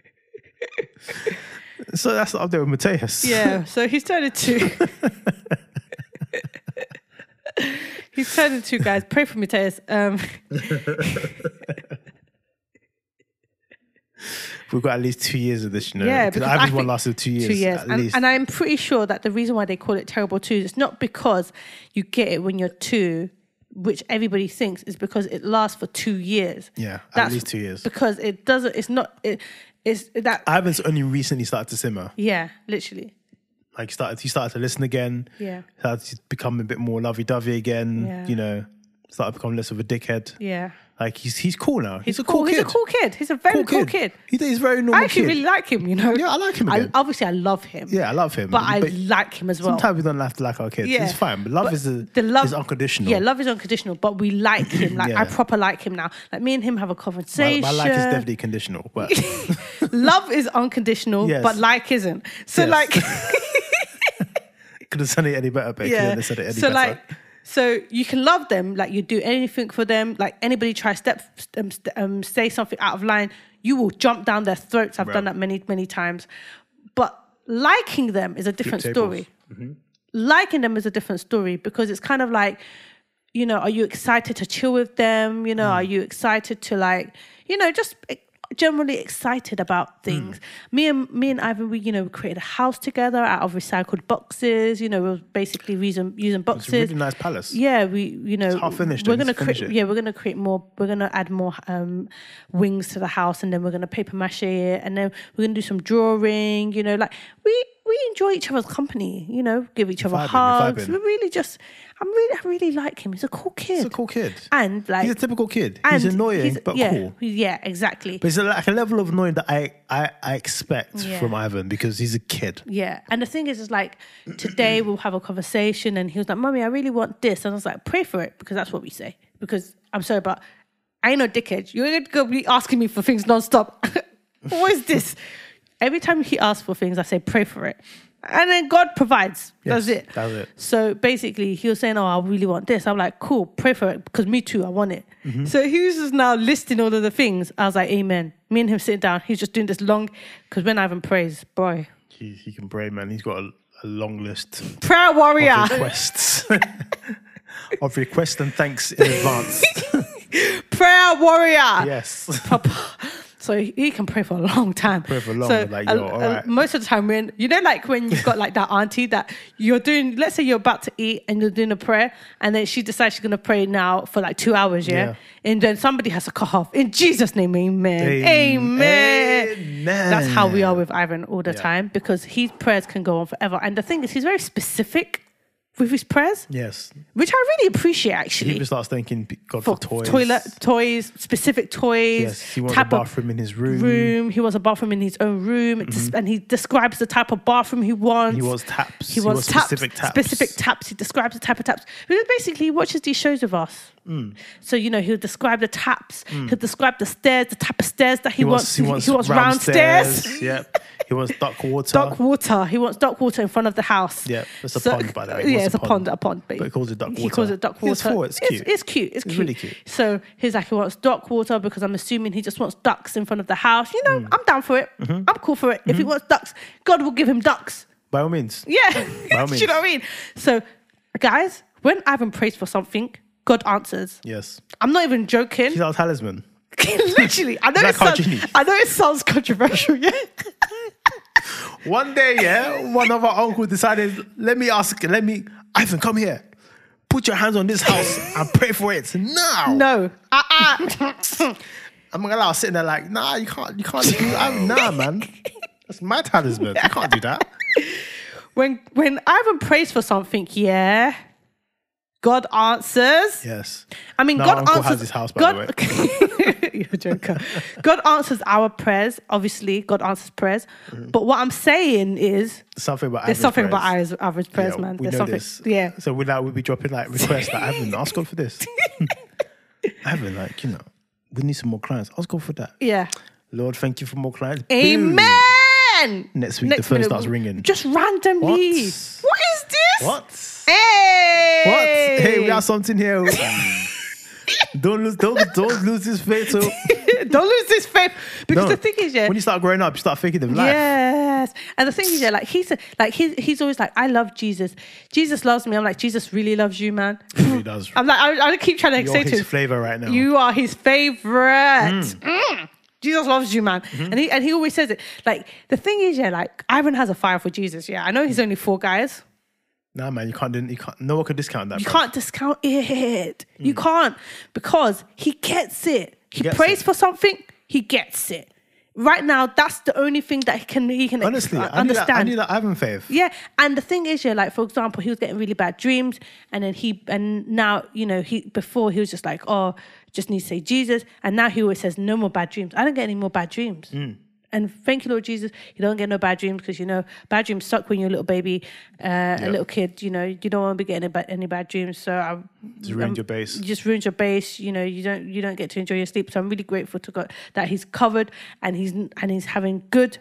so that's what I'm doing with Mateus. Yeah. So he's turned into. he's turned into guys. Pray for Mateus. Um, We've got at least two years of this, you know. Yeah, because because I Ivan's think- one lasted two years. two years. At And, least. and I'm pretty sure that the reason why they call it terrible twos, it's not because you get it when you're two, which everybody thinks is because it lasts for two years. yeah, at That's least two years. Because it doesn't. It's not. It, it's that. Ivan's only recently started to simmer. yeah, literally. Like he started, he started to listen again. Yeah. Started to become a bit more lovey-dovey again. Yeah. You know, started becoming less of a dickhead. Yeah. Like he's he's cool now. He's, a cool. cool, kid. He's a cool kid. He's a very cool, kid. He- he's a very normal. I actually kid. really like him. You know. Yeah, I like him I, again. obviously, I love him. yeah, I love him. But I like him as well. Sometimes we don't have to like our kids. Yeah. It's fine. But love But is a, the love is unconditional. Yeah, love is unconditional, but we like him. Like Yeah. I proper like him now. Like me and him have a my, conversation. my like is definitely conditional. But love is unconditional, Yes. but like isn't. So Yes. like could have said it any better, but yeah. yeah. couldn't have said it any so better. like so you can love them, like you do anything for them. Like anybody try step um, st- um say something out of line, you will jump down their throats. I've Right. done that many many times. But liking them is a different tables. Mm-hmm. story. Liking them is a different story because it's kind of like you know, are you excited to chill with them? You know, Mm. are you excited to like, you know, just eh, generally excited Mm. about things? Me and me and Ivan, we you know, we created a house together out of recycled boxes. You know, we were basically using using It's boxes. a really nice palace. Yeah, we you know half finished, We're then gonna just finish create it. yeah, we're gonna create more. We're gonna add more um, wings to the house, and then we're gonna paper mache it, and then we're gonna do some drawing. You know, like we we enjoy each other's company. You know, give each other vibing, you're hugs. vibing. We're really just. I'm really I really like him. He's a cool kid. He's a cool kid. And like he's a typical kid. and he's annoying he's- but yeah, cool. Yeah, exactly. But it's like a level of annoying that I I, I expect Yeah. from Ivan because he's a kid. Yeah. And the thing is, is like today we'll have a conversation and he was like, Mummy, I really want this. And I was like, pray for it, because that's what we say. Because I'm sorry, but I ain't no dickhead. You're gonna be asking me for things nonstop. what is this? Every time he asks for things, I say, pray for it. And then God provides. that's Yes, it. that's it. So basically, he was saying, Oh, I really want this. I'm like, Cool, pray for it because me too, I want it. Mm-hmm. So he was just now listing all of the things. I was like, Amen. Me and him sitting down, he's just doing this long, because when I even prays, boy, He, he can pray, man. He's got a, a long list of prayer warrior. requests. of requests and thanks in advance. prayer warrior. yes. Papa. So he can pray for a long time. Pray for long, like, yo, all right. Most of the time, when you know, like when you've got like that auntie that you're doing, let's say you're about to eat and you're doing a prayer, and then she decides she's gonna pray now for like two hours, yeah, and then somebody has to cough. In Jesus' name, Amen. Amen. Amen. That's how we are Amen. with Ivan all the time because his prayers can go on forever. And the thing is, he's very specific with his prayers, Yes. which I really appreciate. Actually, He even starts thanking God for, for toys. toilet toys, specific toys. Yes. He wants a type of bathroom in his room. room. He wants a bathroom in his own room, It des- and he describes the type of bathroom he wants. He wants taps. He wants, taps, specific taps. Specific taps. He describes the type of taps. Because basically, he watches these shows with us. Mm. So you know, he'll describe the taps. He'll describe the stairs, the type of stairs that he, He wants, he wants, round stairs. Yep. He wants duck water. Duck water. He wants duck water in front of the house. Yeah, it's a pond, by the way. He Yeah, wants it's a a pond, pond. a pond. But he calls it duck He water. calls it duck water. He's four, it's cute. It's, cute. It's, cute. really cute. So he's like, he wants duck water because I'm assuming he just wants ducks in front of the house. You know, Mm. I'm down for it. Mm-hmm. I'm cool for it. If he wants ducks, God will give him ducks. By all means. Yeah. all Do you know what I mean? So, guys, when Ivan prays for something, God answers. Yes. I'm not even joking. He's our talisman. Literally, I know Like it sounds, our genie. I know it sounds controversial, yeah. One day, yeah, one of our uncle decided, let me ask, let me, Ivan, come here. Put your hands on this house and pray for it now. No, uh-uh. I'm not gonna lie, I was sitting there like, nah, you can't, you can't do that. Nah, man. That's my talisman. You can't do that. when when Ivan prays for something, yeah, God answers. Yes. I mean, No, God Uncle answers. has his house, by God, You're a joker. God answers our prayers. Obviously, God answers prayers. Mm-hmm. But what I'm saying is, Something about there's average something prayers. about Ivan's average prayers, man. We There's know something. this. Yeah. So we now we'll be dropping like requests that I haven't asked God for this. I haven't like, you know, we need some more clients. Ask God for that. Yeah. Lord, thank you for more clients. Boom. Amen. Next week the phone minute, starts ringing. Just randomly. What? What is this? What? Hey. What? Hey, we have something here. Um, don't lose don't don't lose this faith. oh. Don't lose this faith. Because No. the thing is, yeah. When you start growing up, you start thinking of life. Yes. And the thing is, yeah, like he's like he's he's always like, I love Jesus. Jesus loves me. I'm like, Jesus really loves you, man. He does. I'm like, I, I keep trying to You're say to his him, flavor right now. you are his favorite. Mm. Jesus loves you, man. Mm-hmm. And he and he always says it. Like the thing is, yeah, like Ivan has a fire for Jesus. Yeah, I know Mm. he's only four guys. nah, man, you can't. You can't. No one can discount that. You bro. can't discount it. You can't because he gets it. He Mm. gets prays it. for something. He gets it. Right now, that's the only thing that he can he can Honestly, uh, I need, that, I understand. need that Ivan faith. Yeah, and the thing is, yeah, like for example, he was getting really bad dreams, and then he and now you know he before he was just like, oh, just need to say Jesus, and now he always says no more bad dreams. I don't get any more bad dreams. And thank you, Lord Jesus, you don't get no bad dreams because you know bad dreams suck when you're a little baby, uh, a little kid. You know you don't want to be getting any bad, any bad dreams. So um, I Just ruined your base. you just ruins your base. You know, you don't you don't get to enjoy your sleep. So I'm really grateful to God that He's covered and He's and He's having good,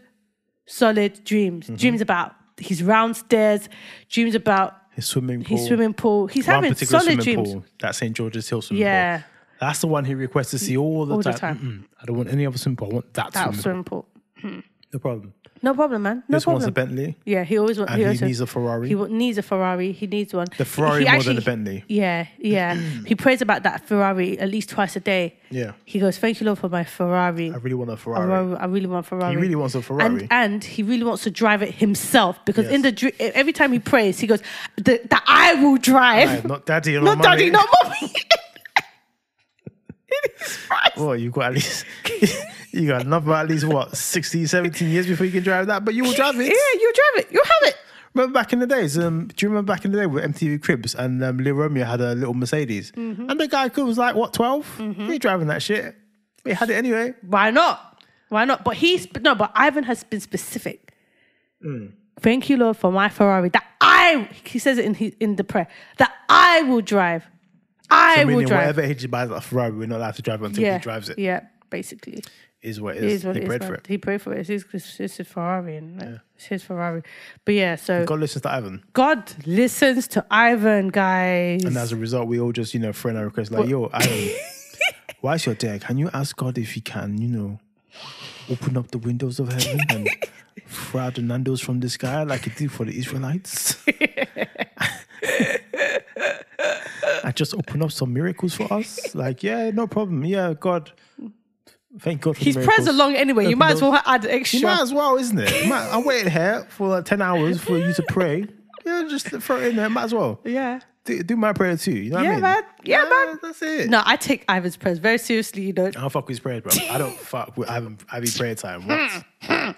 solid dreams. Mm-hmm. Dreams about his round stairs. Dreams about His swimming pool. his swimming pool. He's having solid dreams. pool, that St George's Hill swimming Yeah. pool. That's the one he requests to see all the All the time. time. Mm-mm, I don't want any other swimming pool. I want that, That swimming swimming pool. pool. No problem. No problem, man. No this problem. one's a Bentley. Yeah, he always wants. And he also- needs a Ferrari? He wa- needs a Ferrari. He needs one. The Ferrari He more than the Bentley. Yeah, yeah. he prays about that Ferrari at least twice a day. Yeah. He goes, "Thank you, Lord, for my Ferrari. I really want a I Ferrari. really, I really want a Ferrari. He really wants a Ferrari. And, and he really wants to drive it himself because in the Yes. dr- every time he prays, he goes, "That that I will drive, Right, not daddy, not, not mommy. daddy, not mommy." It is right. Well, you got at least you got another at least what 16, 17 years before you can drive that, but you will drive it. Yeah, you drive it. You have it. Remember back in the days? Um, do you remember back in the day with MTV Cribs and um, Lil Romeo had a little Mercedes, Mm-hmm. and the guy was like, what 12 He driving that shit. He had it anyway. Why not? Why not? But he's but no, but Ivan has been specific. Mm. Thank you, Lord, for my Ferrari that I he says it in his, in the prayer that I will drive. I will Meaning, drive. whatever age he buys that Ferrari, we're not allowed to drive it until yeah, he drives it. Is Yeah, basically, what it it is. is what they it is. bred for man. it. He prayed for it. It's his, it's it's his Ferrari, and like, it's his Ferrari. But yeah, so God, God listens to Ivan, listens to Ivan, guys. and as a result, we all just you know friend our request like, yo, Ivan, why is your dad? Can you ask God if he can, you know, open up the windows of heaven and throw out the Nando's from the sky like it did for the Israelites? and just open up some miracles for us. Like, yeah, no problem. Yeah, God. Thank God for the He's miracles. prayers along anyway. You Open might as those- well add You might extra. as well, isn't it? You might- I waited here for like 10 hours for you to pray. Yeah, just throw it in there. Might as well. Yeah. Do, do my prayer too. You know what I Yeah, mean? man. Yeah, man. That's it. No, I take Ivan's prayers very seriously. You know, I don't fuck with his prayers, bro. I don't fuck with Ivan Ivy prayer time. What?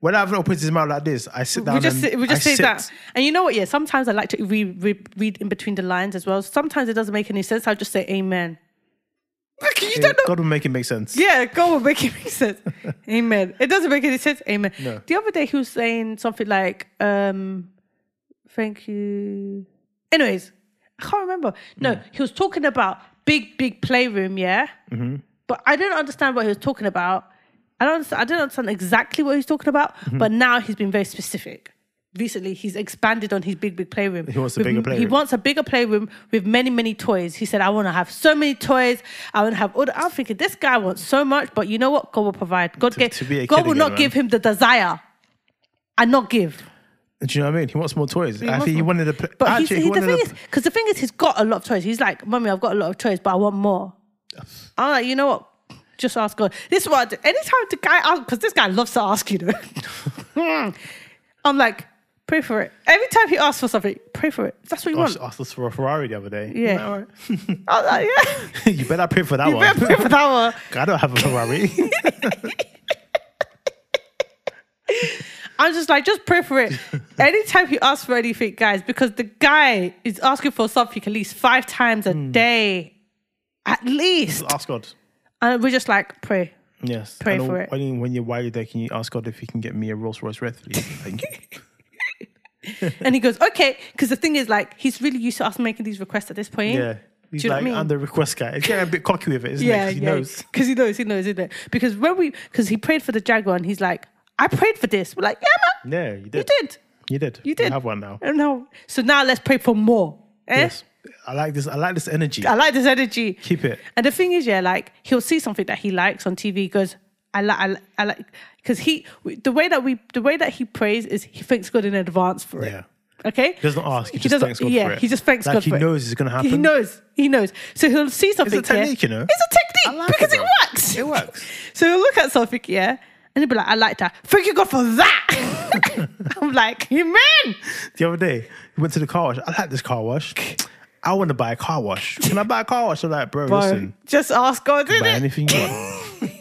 when Ivan opens his mouth like this, I sit down we just and sit- we just I say sit. that, and you know what? Yeah, sometimes I like to re, re, read in between the lines as well. Sometimes it doesn't make any sense. I'll just say Amen. Look, you Yeah, don't know. God will make it make sense. Yeah, God will make it make sense. Amen. It doesn't make any sense. Amen. No. The other day he was saying something like, um, "Thank you." Anyways, I can't remember. Hmm. No, he was talking about big, big playroom. Yeah, Mm-hmm. but I didn't understand what he was talking about. I don't. Understand, I didn't understand exactly what he was talking about. Mm-hmm. But now he's been very specific. Recently, he's expanded on his big, big playroom. He wants a bigger He playroom. wants a bigger playroom with many, many toys. He said, "I want to have so many toys. I want to have all." The, I'm thinking this guy wants so much, but you know what? God will provide. God gave. to be a God kid will again, not man. give him the desire, and not give. Do you know what I mean? He wants more toys. I wants think he more- wanted a. Pl- But actually, he he's, he, the wanted thing a. is, because the thing is, he's got a lot of toys. He's like, "Mommy, I've got a lot of toys, but I want more." I'm like, you know what? Just ask God. This is what I do. anytime the guy asks, because this guy loves to ask you. Know? I'm like, pray for it. Every time he asks for something, pray for it. That's what you I want. was- I asked us for a Ferrari the other day. Yeah. All right. I was like, yeah. you better pray for that You one. better pray for that one. I don't have a Ferrari. I'm just like, just pray for it. Anytime he asks for anything, guys, because the guy is asking for something at least five times Hmm. a day. At least. ask God. And we're just like, pray. Yes. Pray And for it. When, when you're while you're there, can you ask God if he can get me a Rolls Royce Red, please? Thank you. And he goes, okay. Because the thing is, like, he's really used to us making these requests at this point. Yeah. He's Do you know like, what I mean? I'm the request guy. He's getting a bit cocky with it, isn't yeah, he? 'Cause He knows. Because he knows, he knows, isn't it? Because when we, because he prayed for the Jaguar and he's like, I prayed for this. We're like, yeah, man. Yeah, you did. You did. You did. You did. have one now. I know. So now let's pray for more. Eh? Yes. I like this. I like this energy. I like this energy. Keep it. And the thing is, yeah, like he'll see something that he likes on TV. He goes, I like, I, li- I like, because he the way that we the way that he prays is he thanks God in advance for it. Yeah. Okay. He doesn't ask. He, just doesn't- thanks God yeah, for it. he just thanks like God he for it. knows it's going to happen. He knows. He knows. So he'll see something. yeah? technique, you know? It's a I technique like because it, it, bro. works. It works. So he'll look at something, yeah, and he'll be like, "I like that. Thank you God for that." I'm like, "Amen." The other day, he went to the car wash. I like this car wash. I want to buy a car wash. Can I buy a car wash? I'm like, bro, listen, Just ask God, buy did it? anything you want.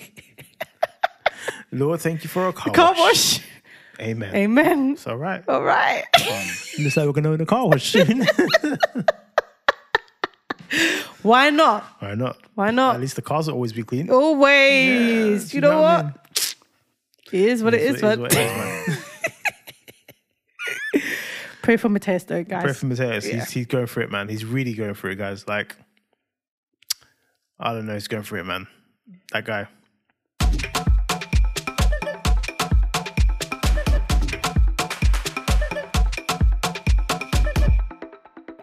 Lord, thank you for a car, Car wash. Amen. Amen. It's all right. All right. Looks like we're going to own a car wash soon. Why not? Why not? Why not? At least the cars will always be clean. Always. Yeah, you you know know what I what? It is what it is, So but what it is, man. pray for Mateus though, guys. Pray for Mateus. He's, he's going for it, man. He's really going for it, guys. Like, I don't know. He's going for it, man. That guy.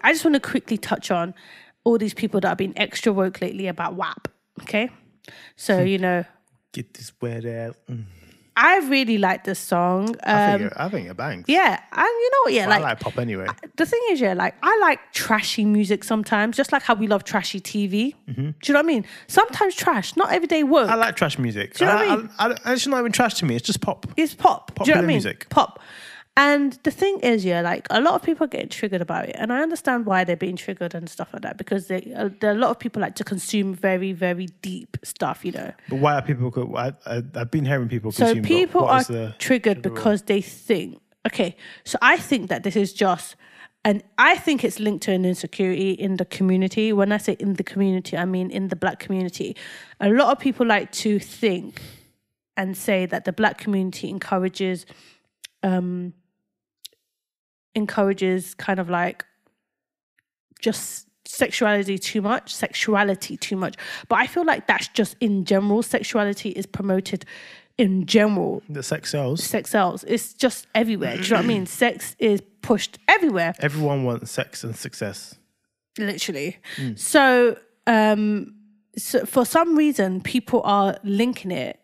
I just want to quickly touch on all these people that have been extra woke Hmm. lately about WAP. Okay. So, you know, Get this wet ass. Mm. I really like this song. I Um, think it, I think it bangs. yeah, and you know what? Yeah, But like I like pop anyway. the thing is, yeah, like I like trashy music sometimes, just like how we love trashy TV. Do you know what I mean? Sometimes trash, not everyday work. Mm-hmm. I like trash music. you know I, what I mean? I, I- it's not even trash to me. It's just pop. it's pop. Do you know what I Popular mean? music. Pop. And the thing is, yeah, like a lot of people are getting triggered about it, and I understand why they're being triggered and stuff like that because they, uh, there are a lot of people like to consume very, very deep stuff, you know. But why are people? co- I, I, I've been hearing people So consume. but people what are is the- triggered because they think, okay, so I think that this is just, and I think it's linked to an insecurity in the community. When I say in the community, I mean in the black community. A lot of people like to think and say that the black community encourages, um, encourages kind of like just sexuality too much, sexuality too much. But I feel like that's just in general. Sexuality is promoted in general. the sex sells. Sex sells. It's just everywhere. Do you know what I mean? Sex is pushed everywhere, Everyone wants sex and success. literally. So, um, so for some reason, people are linking it.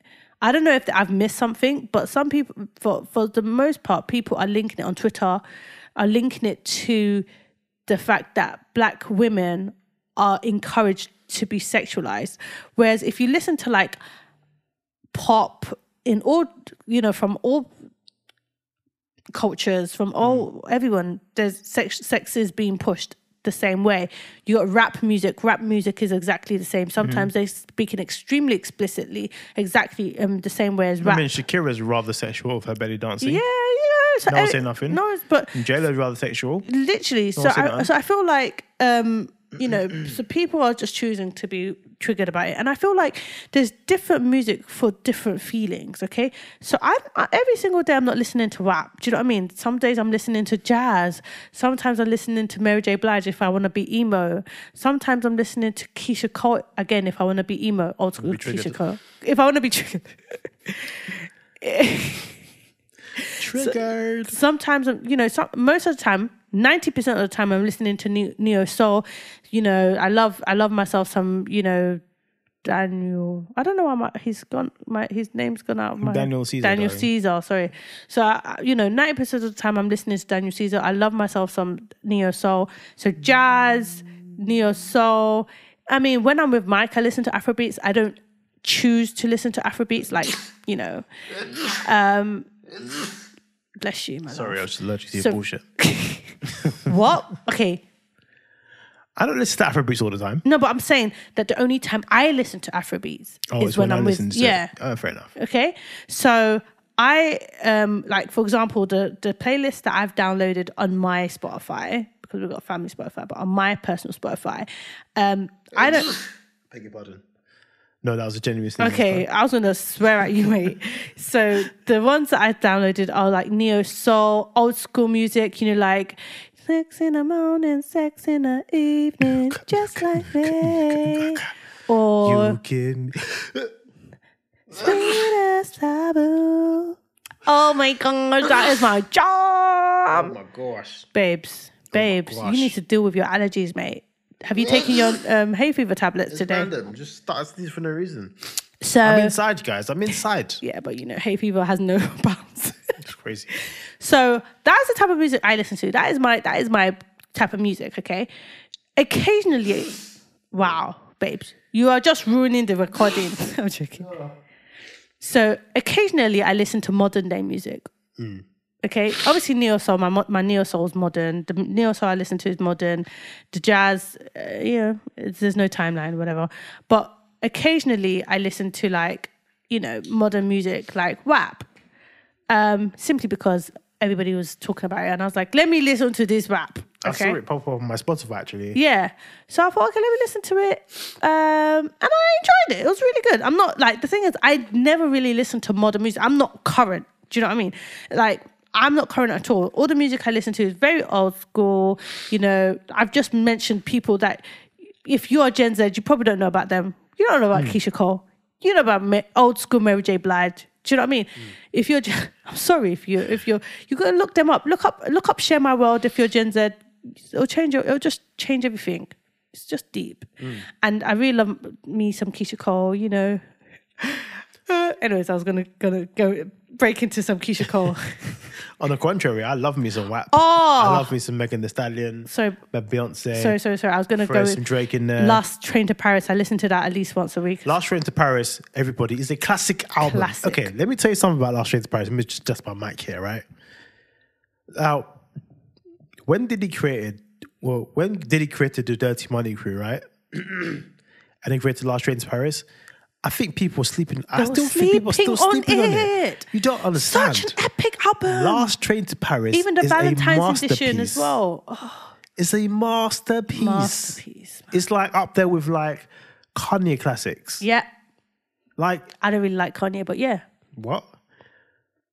I don't know if I've missed something, but some people, for for the most part, people are linking it on Twitter, are linking it to the fact that black women are encouraged to be sexualized. Whereas if you listen to like pop in all, you know, from all cultures, from all everyone, there's sex, sex is being pushed the same way. You got rap music. Rap music is exactly the same. Sometimes Mm-hmm. they speak in extremely explicitly, exactly um, the same way as rap. I mean, Shakira's rather sexual with her belly dancing. yeah, yeah. So No one's eh, saying nothing. No, it's- but JLo's rather sexual. literally so Don't say I, that. so I feel like um you know so people are just choosing to be triggered about it and i feel like there's different music for different feelings okay so i I- every single day i'm not listening to rap do you know what i mean some days i'm listening to jazz sometimes i'm listening to mary j blige if i want to be emo sometimes i'm listening to keisha cole again if i want to be emo old school Be triggered. keisha cole if i want to be triggered Triggered. sometimes I'm- you know some, most of the time 90% of the time i'm listening to ne- neo soul you know i love i love myself some you know daniel i don't know why my, he's gone my his name's gone out of my Daniel Caesar, daniel darling. caesar sorry so I, I- you know 90% of the time i'm listening to daniel caesar i love myself some neo soul so jazz neo soul i mean when i'm with mike i listen to afrobeats i don't choose to listen to afrobeats like you know um bless you my love. Sorry, I was just allergic to your So- bullshit. What? Okay. I don't listen to Afrobeats all the time. No, but I'm saying that the only time I listen to Afrobeats Oh, is it's when, I I'm listen with to yeah. Oh, fair enough. Okay. So I um like for example the the playlist that I've downloaded on my Spotify because we've got family Spotify, but on my personal Spotify, um I don't. Beg your pardon. No, that was a genuine sneeze. Okay, I was gonna swear at you, mate. So the ones that I downloaded are like neo soul, old school music. You know, like sex in the morning, sex in the evening, just like me. Or You can. sweet as taboo. Oh my gosh, that is my job, Oh my gosh. babes. Babes, you need to deal with your allergies, mate. Have you taken your um, hay fever tablets today? Uh, Random. Just started sneezing for no reason. So I'm inside, guys. I'm inside. yeah, but you know, hay fever has no bounds. It's crazy. So that's the type of music I listen to. That is my that is my type of music. Okay. Occasionally, wow, babes, you are just ruining the recording. I'm joking. So occasionally, I listen to modern day music. Hmm. Okay, obviously neo soul. My mo- my neo soul is modern. The neo soul I listen to is modern. The jazz, uh, you know, it's- there's no timeline, whatever. But occasionally, I listen to like you know modern music, like WAP um, simply because everybody was talking about it, and I was like, let me listen to this rap. I Okay. saw it pop up on my Spotify actually. Yeah. So I thought, okay, let me listen to it. Um, and I enjoyed it. It was really good. I'm not like the thing is, I never really listen to modern music. I'm not current. Do you know what I mean? Like. I'm not current at all. All the music I listen to is very old school. You know, I've just mentioned people that if you are Gen Z, you probably don't know about them. You don't know Hmm. about Keisha Cole. You know about Ma- old school Mary J. Blige. Do you know what I mean? Hmm. If you're, Gen- I'm sorry if you if you're you gotta look them up. Look up look up Share My World if you're Gen Z. It'll change. your- It'll just change everything. Hmm. It's just deep. And I really love me some Keisha Cole. You know, Uh, anyways, I was gonna gonna go break into some Keisha Cole. On the contrary, I love me some WAP. I oh, love me some Megan The Stallion. sorry, my Beyonce. sorry, sorry, sorry. I was gonna throw go some with Drake in there. Last Train to Paris. I listen to that at least once a week. Last Train to Paris, everybody, is a classic album. Classic. Okay, let me tell you something about Last Train to Paris. Let me just adjust my mic here, right? Now, when did he created? Well, when did he created the Dirty Money Crew, right? and he created Last Train to Paris. I think people were sleeping. I were still think people are still sleeping on sleeping on it. it. You don't understand. Such an epic album. Last Train to Paris. Even the is a Valentine's edition masterpiece. as well. Oh, It's a masterpiece. masterpiece. It's like up there with like Kanye classics. Yeah, Like I don't really like Kanye, but yeah, What?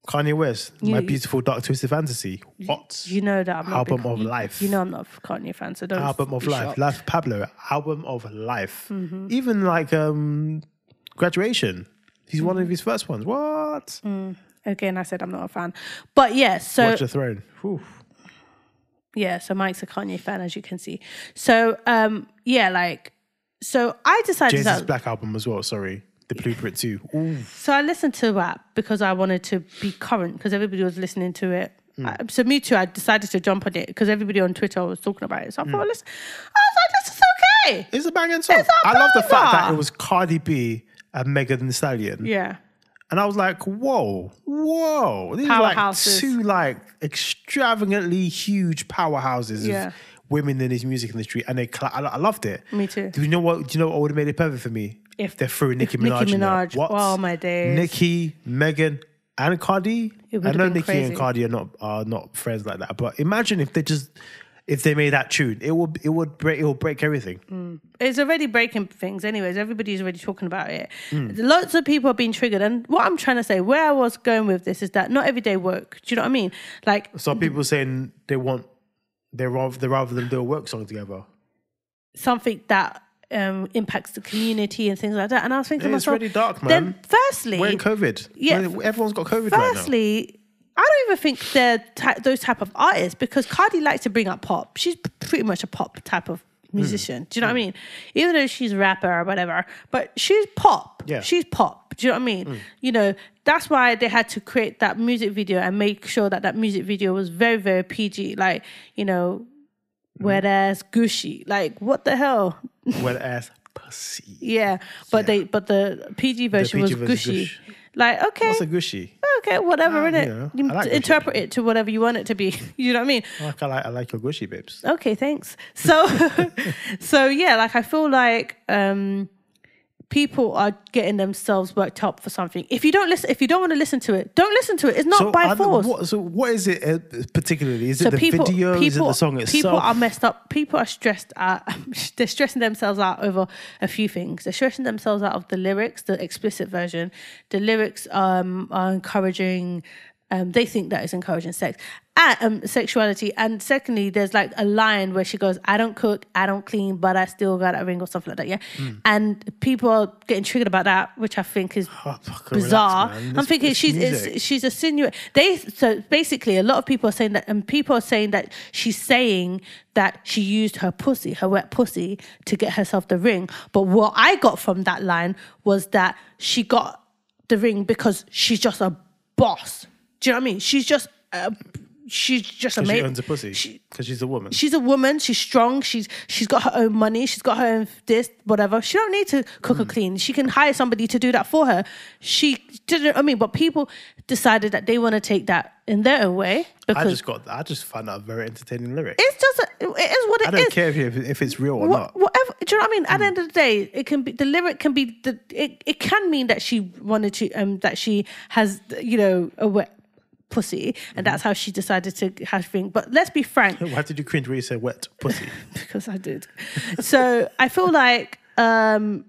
Kanye West, My You- Beautiful Dark Twisted Fantasy. What? you know that I'm not a big Album of life. You know I'm not a Kanye fan, so don't. album of be life. shocked. Life Pablo. Album of life. Mm-hmm. Even like um graduation. He's one Mm-hmm. of his first ones. What? Mm. Again, I said I'm not a fan, but yeah. So Watch the Throne. Whew. yeah, so Mike's a Kanye fan, as you can see. So um, yeah, like, so I decided Jay-Z's that. Black album as well, sorry. The Blueprint too. Ooh. So I listened to rap because I wanted to be current because everybody was listening to it. Mm. I- so me too. I decided to jump on it because everybody on Twitter was talking about it. So I Mm. thought, listen, I was like, this is okay. It's a banging song. It's a I love the fact that banger. it was Cardi B and Megan Thee Stallion. Yeah. And I was like, whoa, whoa. These Powerhouses. are like two like extravagantly huge powerhouses Yeah. of women in this music industry. And they cla- I, I loved it. Me too. Do you know what do you know what would have made it perfect for me? If- they threw Nicki if Nicki Minaj. in there. Minaj. What? Oh, my days. Nicki, Megan, and Cardi. It would I have know been Nicki and crazy. Cardi are not are not friends like that. But imagine if they just if they made that tune. It would it would break it would break everything. Mm. it's already breaking things anyways everybody's already talking about it Hmm. lots of people are being triggered and what i'm trying to say where i was going with this is that not everyday work do you know what i mean like So people saying they want they rather they rather than do a work song together. something that um, impacts the community and things like that and i was thinking to It's myself really dark, man. then firstly We're in COVID. Yeah. We're- everyone's got COVID right now. firstly I don't even think they're ty- those type of artists because Cardi likes to bring up pop. She's p- pretty much a pop type of musician. Do you know what I mean? Even though she's a rapper or whatever, but she's pop. Yeah. She's pop. Do you know what I mean? You know, that's why they had to create that music video and make sure that that music video was very, very PG. Like, you know, wet ass Gucci. Like, what the hell? Wet ass pussy. Yeah. But they, but the PG version PG was version Gucci. Gush. Like, okay What's a gushy? okay, whatever, Ah, innit? you know, You I like interpret it to whatever you want it to be. You know what I mean? I like, I like, I like your gushy, babes. Okay, thanks. So, so yeah, like I feel like um, people are getting themselves worked up for something. If you don't listen, if you don't want to listen to it, don't listen to it. It's not by are the- force. what, so what is it uh, particularly? Is it so the people, video? people, is it the song itself? people are messed up. People are stressed out. They're stressing themselves out over a few things. They're stressing themselves out of the lyrics, the explicit version. The lyrics um, are encouraging. Um, they think that is encouraging sex, and, um, sexuality. And secondly, there's like a line where she goes, "I don't cook, I don't clean, but I still got a ring or something like that." Yeah, Mm. and people are getting triggered about that, which I think is Oh, fuck, relax, bizarre. man. I'm This- thinking this she's music. it's, she's insinuating. They so basically a lot of people are saying that, and people are saying that she's saying that she used her pussy, her wet pussy, to get herself the ring. But what I got from that line was that she got the ring because she's just a boss. Do you know what I mean? She's just a, she's just a She mate. owns a pussy She- because she's a woman. she's a woman. She's strong. She's she's got her own money. She's got her own this, whatever. She don't need to cook Mm. or clean. She can hire somebody to do that for her. She didn't. I mean, but people decided that they want to take that in their own way I because just got. I just found that a very entertaining lyric. it's just a, it is what it I is. don't care Mm. if, you- if it's real or Wha- not. Whatever, do you know what I mean? At the end of the day, it can be the lyric can be the it, it can mean that she wanted to um that she has you know a wet pussy Mm-hmm. and that's how she decided to have thing. But let's be frank, Why did you cringe when you said wet pussy? because I did. so I feel like, um,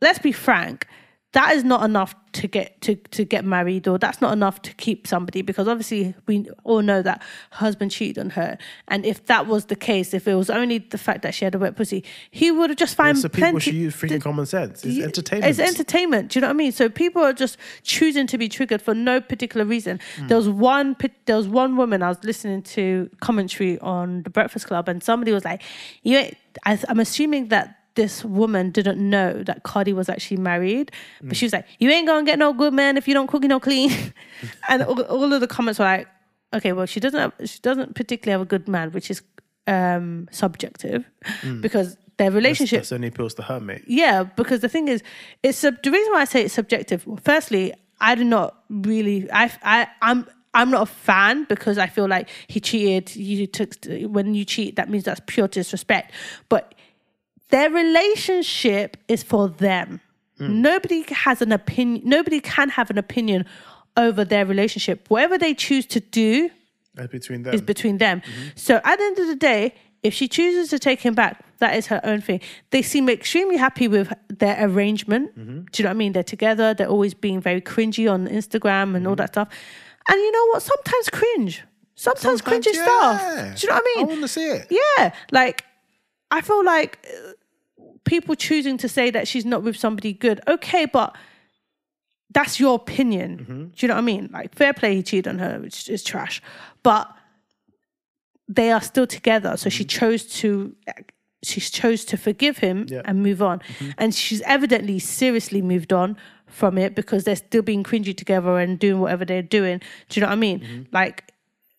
let's be frank, that is not enough to get to to get married, or that's not enough to keep somebody. Because obviously, we all know that her husband cheated on her, and if that was the case, if it was only the fact that she had a wet pussy, he would have just found so people plenty. should use freaking common sense. It's Yeah, entertainment. It's entertainment. Do you know what I mean? So people are just choosing to be triggered for no particular reason. Hmm. There was one. pa- There was one woman I was listening to commentary on the Breakfast Club, and somebody was like, "You." Ain't, I, I'm assuming that this woman didn't know that Cardi was actually married, Hmm. but she was like, "You ain't gonna get no good man if you don't cook and no clean," and all, all of the comments were like, "Okay, well she doesn't have, she doesn't particularly have a good man, which is um, subjective Hmm. because their relationship That's only appeals to her, mate. yeah, because the thing is, it's sub- the reason why I say it's subjective. Firstly, I do not really. I I I'm. I'm not a fan because I feel like he cheated. You took when you cheat, that means that's pure disrespect. But their relationship is for them. Nobody has an opinion. Nobody can have an opinion over their relationship. Whatever they choose to do, That's between them. Mm-hmm. is between them. So at the end of the day, if she chooses to take him back, that is her own thing. They seem extremely happy with their arrangement. Mm-hmm. Do you know what I mean? They're together. They're always being very cringy on Instagram and Mm-hmm. all that stuff. And you know what? Sometimes cringe. Sometimes, Sometimes, cringy yeah. stuff. Do you know what I I mean? want to see it. Yeah, like I feel like uh, people choosing to say that she's not with somebody good. Okay, but that's your opinion. Mm-hmm. Do you know what I mean? Like fair play, he cheated on her, which is trash. But they are still together, so Mm-hmm. she chose to. She chose to forgive him Yeah. Mm-hmm. and move on, and she's evidently seriously moved on from it because they're still being cringy together and doing whatever they're doing. Do you know what I mean? Mm-hmm. Like,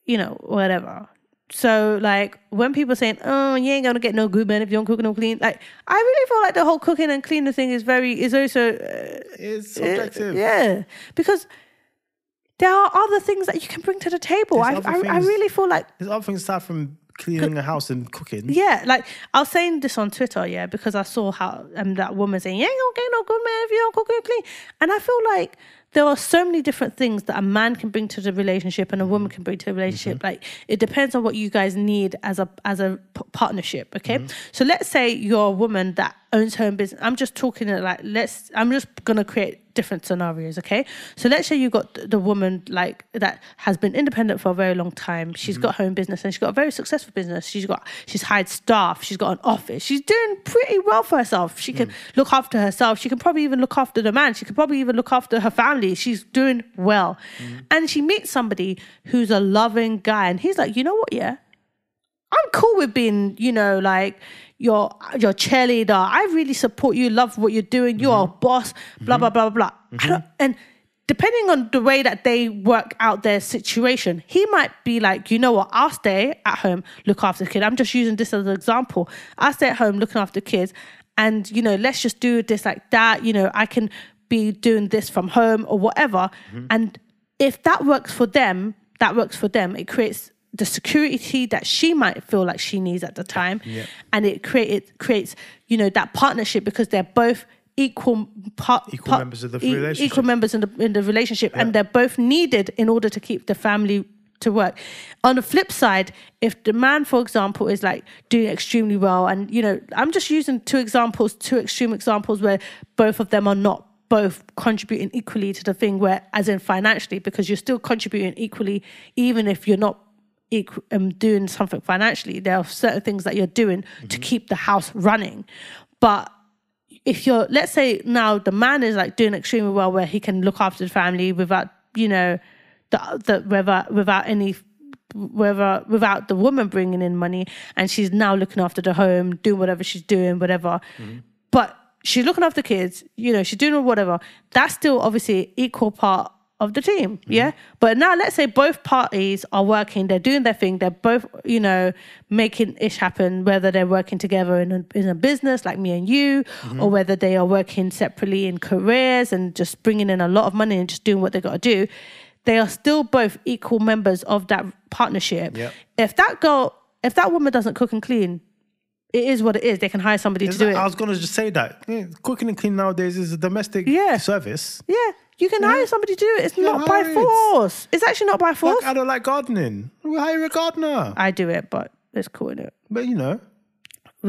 you know, whatever. So like when people saying, "Oh, you ain't gonna get no good man if you don't cook and no clean," like I really feel like the whole cooking and cleaning thing is very is also uh, It's uh, subjective. yeah, because there are other things that you can bring to the table. I, There's other I, I things. really feel like There's other things aside from cleaning a house and cooking. yeah, like I was saying this on Twitter, yeah, because I saw how um, that woman saying, "You ain't gonna get no good man if you don't cook and clean," and I feel like there are so many different things that a man can bring to the relationship and a woman can bring to the relationship. Like it depends on what you guys need as a as a p- partnership. Okay, so let's say you're a woman that owns her own business. I'm just talking uh, like let's. I'm just gonna create different scenarios okay so let's say you got th- the woman like that has been independent for a very long time She's got her own business and she's got a very successful business she's got she's hired staff she's got an office she's doing pretty well for herself she can look after herself she can probably even look after the man she could probably even look after her family she's doing well and she meets somebody who's a loving guy and he's like you know what yeah I'm cool with being, you know, like your your cheerleader. I really support you, love what you're doing. You're a boss, blah blah blah blah blah. I don't, and depending on the way that they work out their situation, he might be like, you know what, I'll stay at home, look after the kid. I'm just using this as an example. I stay at home looking after the kids, and you know, let's just do this like that. You know, I can be doing this from home or whatever, and if that works for them, that works for them. It creates the security that she might feel like she needs at the time, and it create it creates you know that partnership because they're both equal part, e-, Equal members of the relationship. equal members in the in the relationship, and they're both needed in order to keep the family to work. On the flip side, if the man, for example, is like doing extremely well, and you know, I'm just using two examples, two extreme examples where both of them are not both contributing equally to the thing where as in financially because you're still contributing equally even if you're not equ- um, doing something financially there are certain things that you're doing Mm-hmm. to keep the house running but if you're let's say now the man is like doing extremely well where he can look after the family without you know the the whether without any whether without the woman bringing in money and she's now looking after the home doing whatever she's doing whatever but she's looking after the kids you know she's doing whatever that's still obviously equal part of the team yeah but now let's say both parties are working they're doing their thing they're both you know making ish happen whether they're working together in a, in a business like me and you or whether they are working separately in careers and just bringing in a lot of money and just doing what they got to do they are still both equal members of that partnership Yep. if that girl if that woman doesn't cook and clean it is what it is they can hire somebody Is to do that- it I was gonna just say that Yeah, cooking and cleaning nowadays is a domestic Yeah. service. Yeah, you can hire somebody to do it. It's Yeah, not by hire it. force. It's actually not by force. Like, I don't like gardening. We hire a gardener, I do it, but it's cool in it. but you know,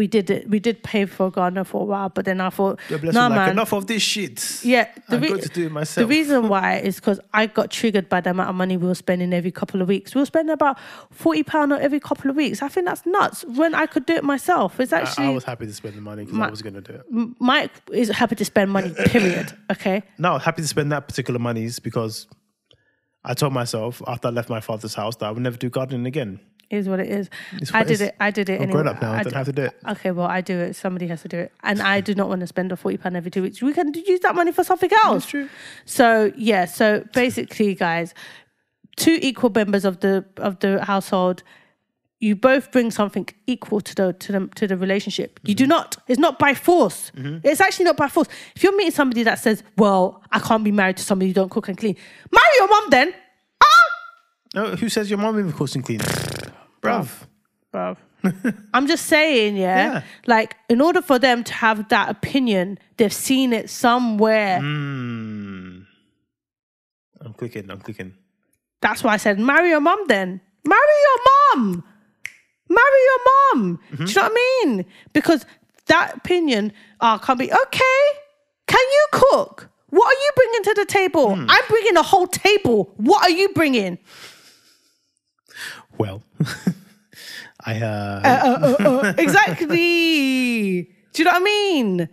We did it. We did pay for a gardener for a while, but then I thought, you're blessed nah, with, like man. enough of this shit. Yeah, I'm going to do it myself. The reason why is because I got triggered by the amount of money we were spending every couple of weeks. We were spending about forty pound every couple of weeks. I think that's nuts. When I could do it myself, it's I- actually I, was happy to spend the money because I was gonna do it. Mike is happy to spend money. Period. Okay. No, I was happy to spend that particular monies because I told myself after I left my father's house that I would never do gardening again. is what it is. It's I what it did is. it. I did it. I'm anyway. grown up now, I don't have to do it. Okay, well, I do it. Somebody has to do it, and I do not want to spend a forty pound every two weeks. We can use that money for something else. true. So yeah. So basically, guys, two equal members of the of the household. You both bring something equal to the to the to the relationship. You Mm-hmm. do not. It's not by force. It's actually not by force. If you're meeting somebody that says, "Well, I can't be married to somebody who don't cook and clean," marry your mum then. No, who says your mom even cooks and cleans? Bruv. bruv. I'm just saying, yeah, Yeah. Like, in order for them to have that opinion, they've seen it somewhere. Mm. Hmm. I'm clicking, I'm clicking. That's why I said, marry your mum then. Marry your mum. Marry your mum. Do you Mm-hmm. know what I mean? Because that opinion uh, can't be, okay, can you cook? What are you bringing to the table? Hmm. I'm bringing a whole table. What are you bringing? Well, I uh, exactly. Do you know what I mean?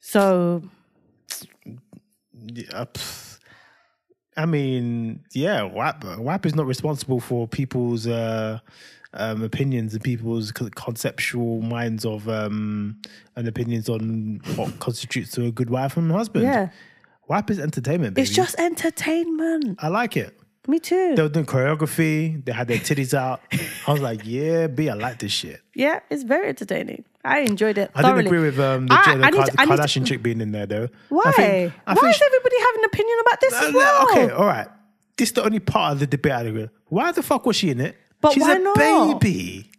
So, yeah, uh, pff. I mean, yeah, WAP WAP is not responsible for people's uh, um, opinions and people's c- conceptual minds of um, and opinions on what constitutes to a good wife and husband. yeah. WAP is entertainment. Baby. It's just entertainment. I like it. Me too. They were doing choreography. They had their titties out. I was like, yeah, B, I like this shit. yeah, it's very entertaining. I enjoyed it. I Thoroughly. didn't agree with um, the, I- Jen- the I need Ka- to- the I need to- Kardashian chick being in there though. Why? I think, I Why think does everybody have an opinion about this Uh, as no, well? Okay, all right. This is the only part of the debate I agree. with. Why the fuck was she in it? But she's why a not? baby.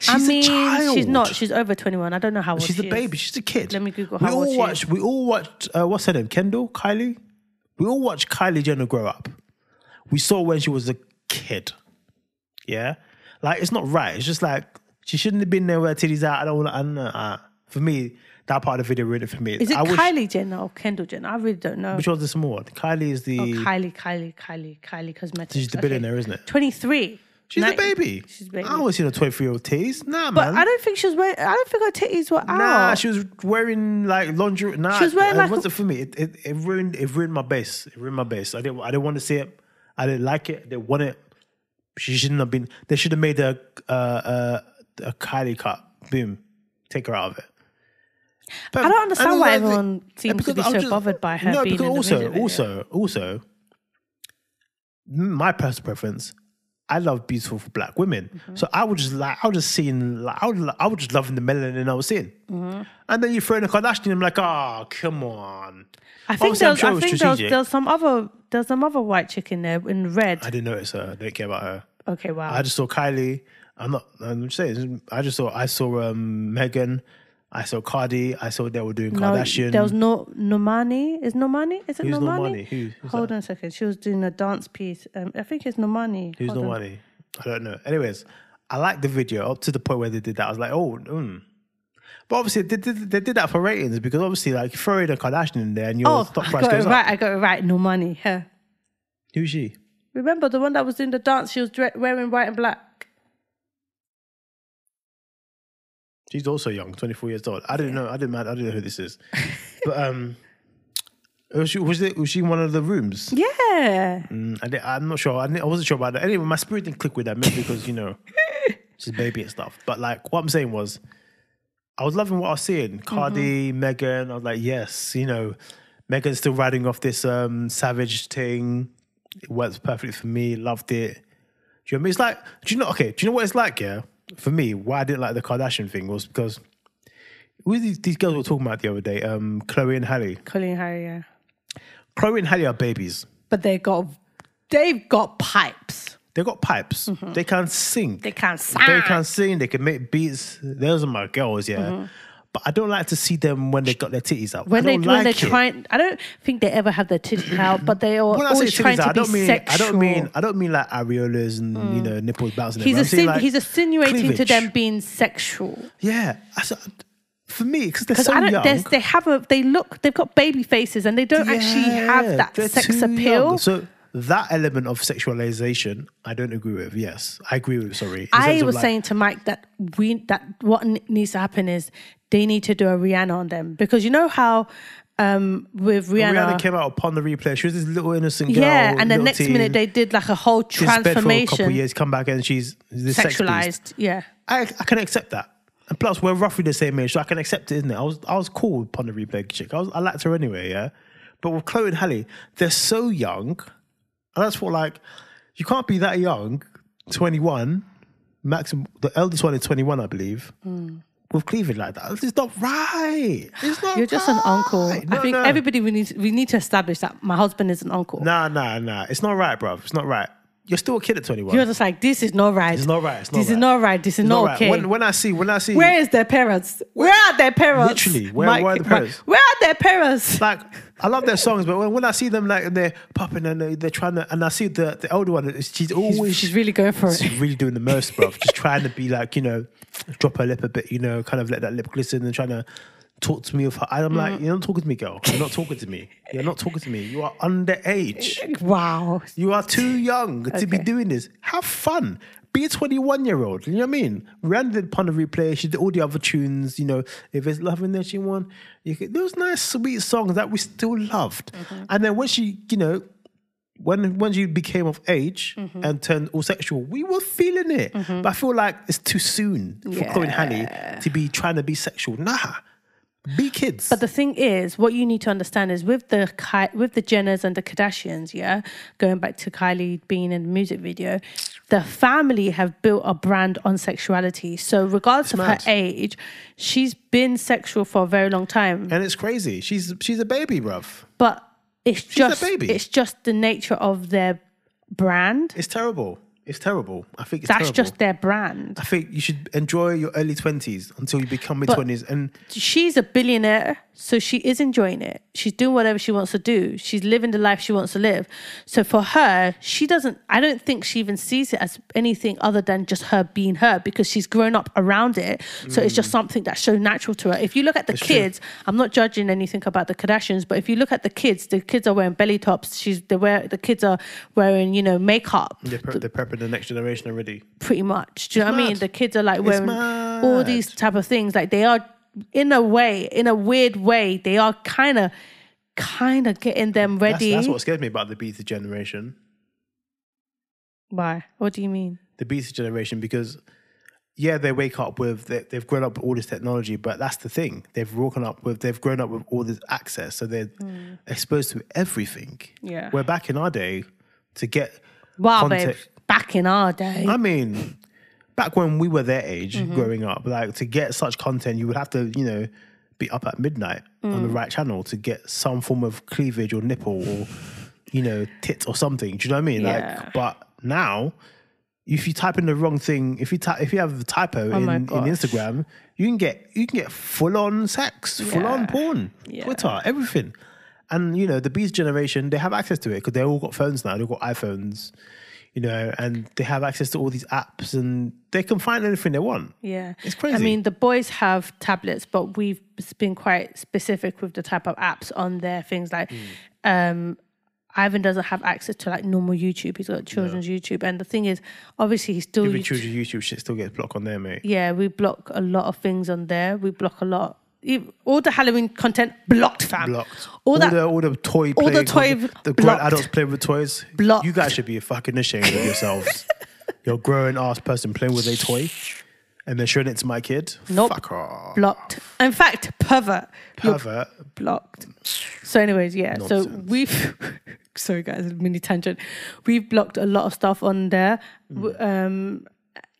She's I mean, a child. she's not. She's over twenty-one. I don't know how old She's she a baby. Is. She's a kid. Let me Google we how all old she watched, is. We all watched. Uh, what's her name? Kendall, Kylie. We all watched Kylie Jenner grow up. We saw when she was a kid. Yeah, like it's not right. It's just like she shouldn't have been there with her titties out. I don't want. I don't know. Uh, for me, that part of the video ruined it for me. Is it I wish- Kylie Jenner or Kendall Jenner? I really don't know. Which one's the small one? Kylie is the. Oh, Kylie, Kylie, Kylie, Kylie Cosmetics. She's the billionaire, isn't it? Twenty-three. She's Nin- a baby. She's a baby. I always seen a 23 year old tease. Nah, but man. I don't think she was wearing. I don't think her titties were out. nah, she was wearing like lingerie. Nah, uh, She was wearing, it like, wasn't for me. It, it, it ruined it ruined my base. It ruined my base. I didn't I didn't want to see it. I didn't like it. I didn't want it. She shouldn't have been. They should have made a uh, uh, a Kylie cut. Boom, take her out of it. But I don't understand don't why like the- everyone seems to because be I'm so just- bothered by her No, being because in the also, music video. also, also, my personal preference. I love beautiful black women, Mm-hmm. so I would just like I would just seeing like, I would lo- I would just loving the melanin I was seeing, Mm-hmm. and then you throw in a Kardashian, I'm like, oh come on, I think Obviously, I'm there's, sure it I was think there's, strategic. there's some other there's some other white chick in there in red. I didn't notice her, I don't care about her. okay, wow. I just saw Kylie. I'm not. I'm just saying. I just saw. I saw um, Megan. I saw Cardi. I saw they were doing No, Kardashian. There was no Nomani. Is Nomani? Is it Who's Nomani? Normani? Who- who's Hold on a second. She was doing a dance piece. Um, I think it's Nomani. Who's Hold no on. money? I don't know. Anyways, I liked the video up to the point where they did that. I was like, oh, mm. but obviously they did, they did that for ratings because obviously like you throw in a Kardashian in there and your Oh, stock I price got goes it right. up. I got it right. Nomani. Her. Who's she? Remember the one that was doing the dance? She was dre- wearing white and black. She's also young, twenty four years old. I didn't know. I didn't. mind- I didn't know who this is. but um, was she was, it, was she in one of the rooms? Yeah. Mm, I did, I'm not sure. I, didn't- I wasn't sure about that. Anyway, my spirit didn't click with that, maybe because you know she's a baby and stuff. But like, what I'm saying was, I was loving what I was seeing. Cardi, Megan. I was like, yes, you know, Megan's still riding off this um savage thing. It works perfectly for me. Loved it. Do you know what I mean? It's like, do you know? Okay, do you know what it's like? Yeah, for me, why I didn't like the Kardashian thing was because who are these, these girls we were talking about the other day, um, Chloe and Halle. Colleen Harry. Yeah. Chloe and Halle are babies. But they got they've got pipes. They got pipes. They can sing. They can't they sound. can sing, they can make beats. Those are my girls, yeah. But I don't like to see them when they got their titties out. Mm-hmm. when I they don't like when they're it. trying, I don't think they ever have their titties out, but they are When I say always titties trying out, to I don't be mean I sexual. Mm. don't mean I don't mean like areolas and you know nipples bouncing. he's, around. I'm saying, assin- like, he's insinuating to cleavage. them being sexual. Yeah, I s- for me because they're Because so I don't, young. there's- they have a, they look, they've got baby faces, and they don't actually have Yeah, that they're sex too appeal. young. So that element of sexualization, I don't agree with. Yes, I agree with. Sorry, in terms I of, was like, saying to Mike that we that what n- needs to happen is they need to do a Rihanna on them because you know how um, with Rihanna. Rihanna came out upon the replay. She was this little innocent girl. yeah, and the little next teen, minute they did like a whole she's bed transformation, for a couple of years, come back and she's this sex beast. sexualized. yeah, I, I can accept that. And plus, we're roughly the same age, so I can accept it, isn't it? I was I was cool with Ponder Replay chick. I was I liked her anyway, yeah. But with Chloe and Halle, they're so young, and that's what like you can't be that young, twenty one, maximum. The eldest one is twenty one, I believe. Hmm. With cleavage like that, it's not right. It's not. you're just an uncle. right. I No, think no. everybody we need we need to establish that my husband is an uncle. Nah, nah, nah. It's not right, bruv. It's not right. You're still a kid at twenty one. You're just like this is not right. It's not right. It's not this right. is not right. This is It's not, okay. When, when I see, when I see, where is their parents? Where are their parents? Literally, where- where are the parents? Where are their parents? like I love their songs, but when, when I see them like they're popping and they're, they're trying to, and I see the the older one, it's- she's always She's really going for it. she's really doing the most, bruv. Just trying to be like you know, drop her lip a bit, you know, kind of let that lip glisten and trying to talk to me with her. And I'm like, you're not talking to me, girl. You're not talking to me. You're not talking to me. You are underage. Wow. You are too young to be Okay. doing this. Have fun. Be a 21 year old. You know what I mean? Rihanna did Pun of Replay. She did all the other tunes. You know, if it's loving that she won, you could, those nice, sweet songs that we still loved. Mm-hmm. And then when she, you know, when when you became of age Mm-hmm. and turned all sexual, we were feeling it. But I feel like it's too soon for Chloe and Halle to be trying to be sexual. Nah, be kids. But the thing is, what you need to understand is with the Ki- with the Jenners and the Kardashians, yeah, going back to Kylie being in the music video, the family have built a brand on sexuality. So regardless of her mad. age, she's been sexual for a very long time. and it's crazy. She's she's a baby, bruv. But it's a just baby. it's just the nature of their brand. It's terrible. It's terrible. I think it's That's terrible. just their brand. I think you should enjoy your early twenties until you become mid twenties, and she's a billionaire, so she is enjoying it. She's doing whatever she wants to do. She's living the life she wants to live. So for her, she doesn't, I don't think she even sees it as anything other than just her being her because she's grown up around it. So it's just something that's so natural to her. If you look at the true. kids, I'm not judging anything about the Kardashians, but if you look at the kids, the kids are wearing belly tops. She's, they wear, the kids are wearing, you know, makeup they're, pre- they're prepping the next generation already. pretty much. Do you know what I mean? mad. The kids are like wearing all mad. these type of things. Like they are, in a way, in a weird way, they are kind of, kind of getting them That's, ready. that's what scares me about the beta generation. Why? What do you mean? The beta generation, because yeah, they wake up with they, they've grown up with all this technology, but that's the thing they've woken up with. They've grown up with all this access, so they're exposed to everything. Yeah. where back in our day, to get Wow, babe. Context. Back in our day, I mean, back when we were their age growing up, like to get such content, you would have to, you know, be up at midnight on the right channel to get some form of cleavage or nipple or, you know, tit or something. Do you know what I mean? Yeah. Like, but now, if you type in the wrong thing, if you type, if you have a typo in, Oh my in gosh. Instagram, you can get you can get full on sex, full on Yeah. porn, Yeah. Twitter, everything. And you know the B's generation, they have access to it because they all got phones now. They've got iPhones, you know, and they have access to all these apps and they can find anything they want. yeah, It's crazy. I mean, the boys have tablets, but we've been quite specific with the type of apps on there. Things like, Mm. um, Ivan doesn't have access to like normal YouTube. He's got children's YouTube, and the thing is, obviously, he's still Even used- children's YouTube shit still gets blocked on there, mate. Yeah, we block a lot of things on there. We block a lot. ev- All the Halloween content blocked, fam. Blocked. All, that. the all the toy all the playing- toy the grown blocked. adults playing with toys. Blocked. You guys should be fucking ashamed of yourselves. You're a grown ass person playing with a toy and they're showing it to my kid. Nope. Fuck off. blocked. In fact, pervert. You're Pervert. blocked. So, anyways, yeah. So Nonsense. we've. Sorry, guys, a mini tangent. We've blocked a lot of stuff on there. W Um,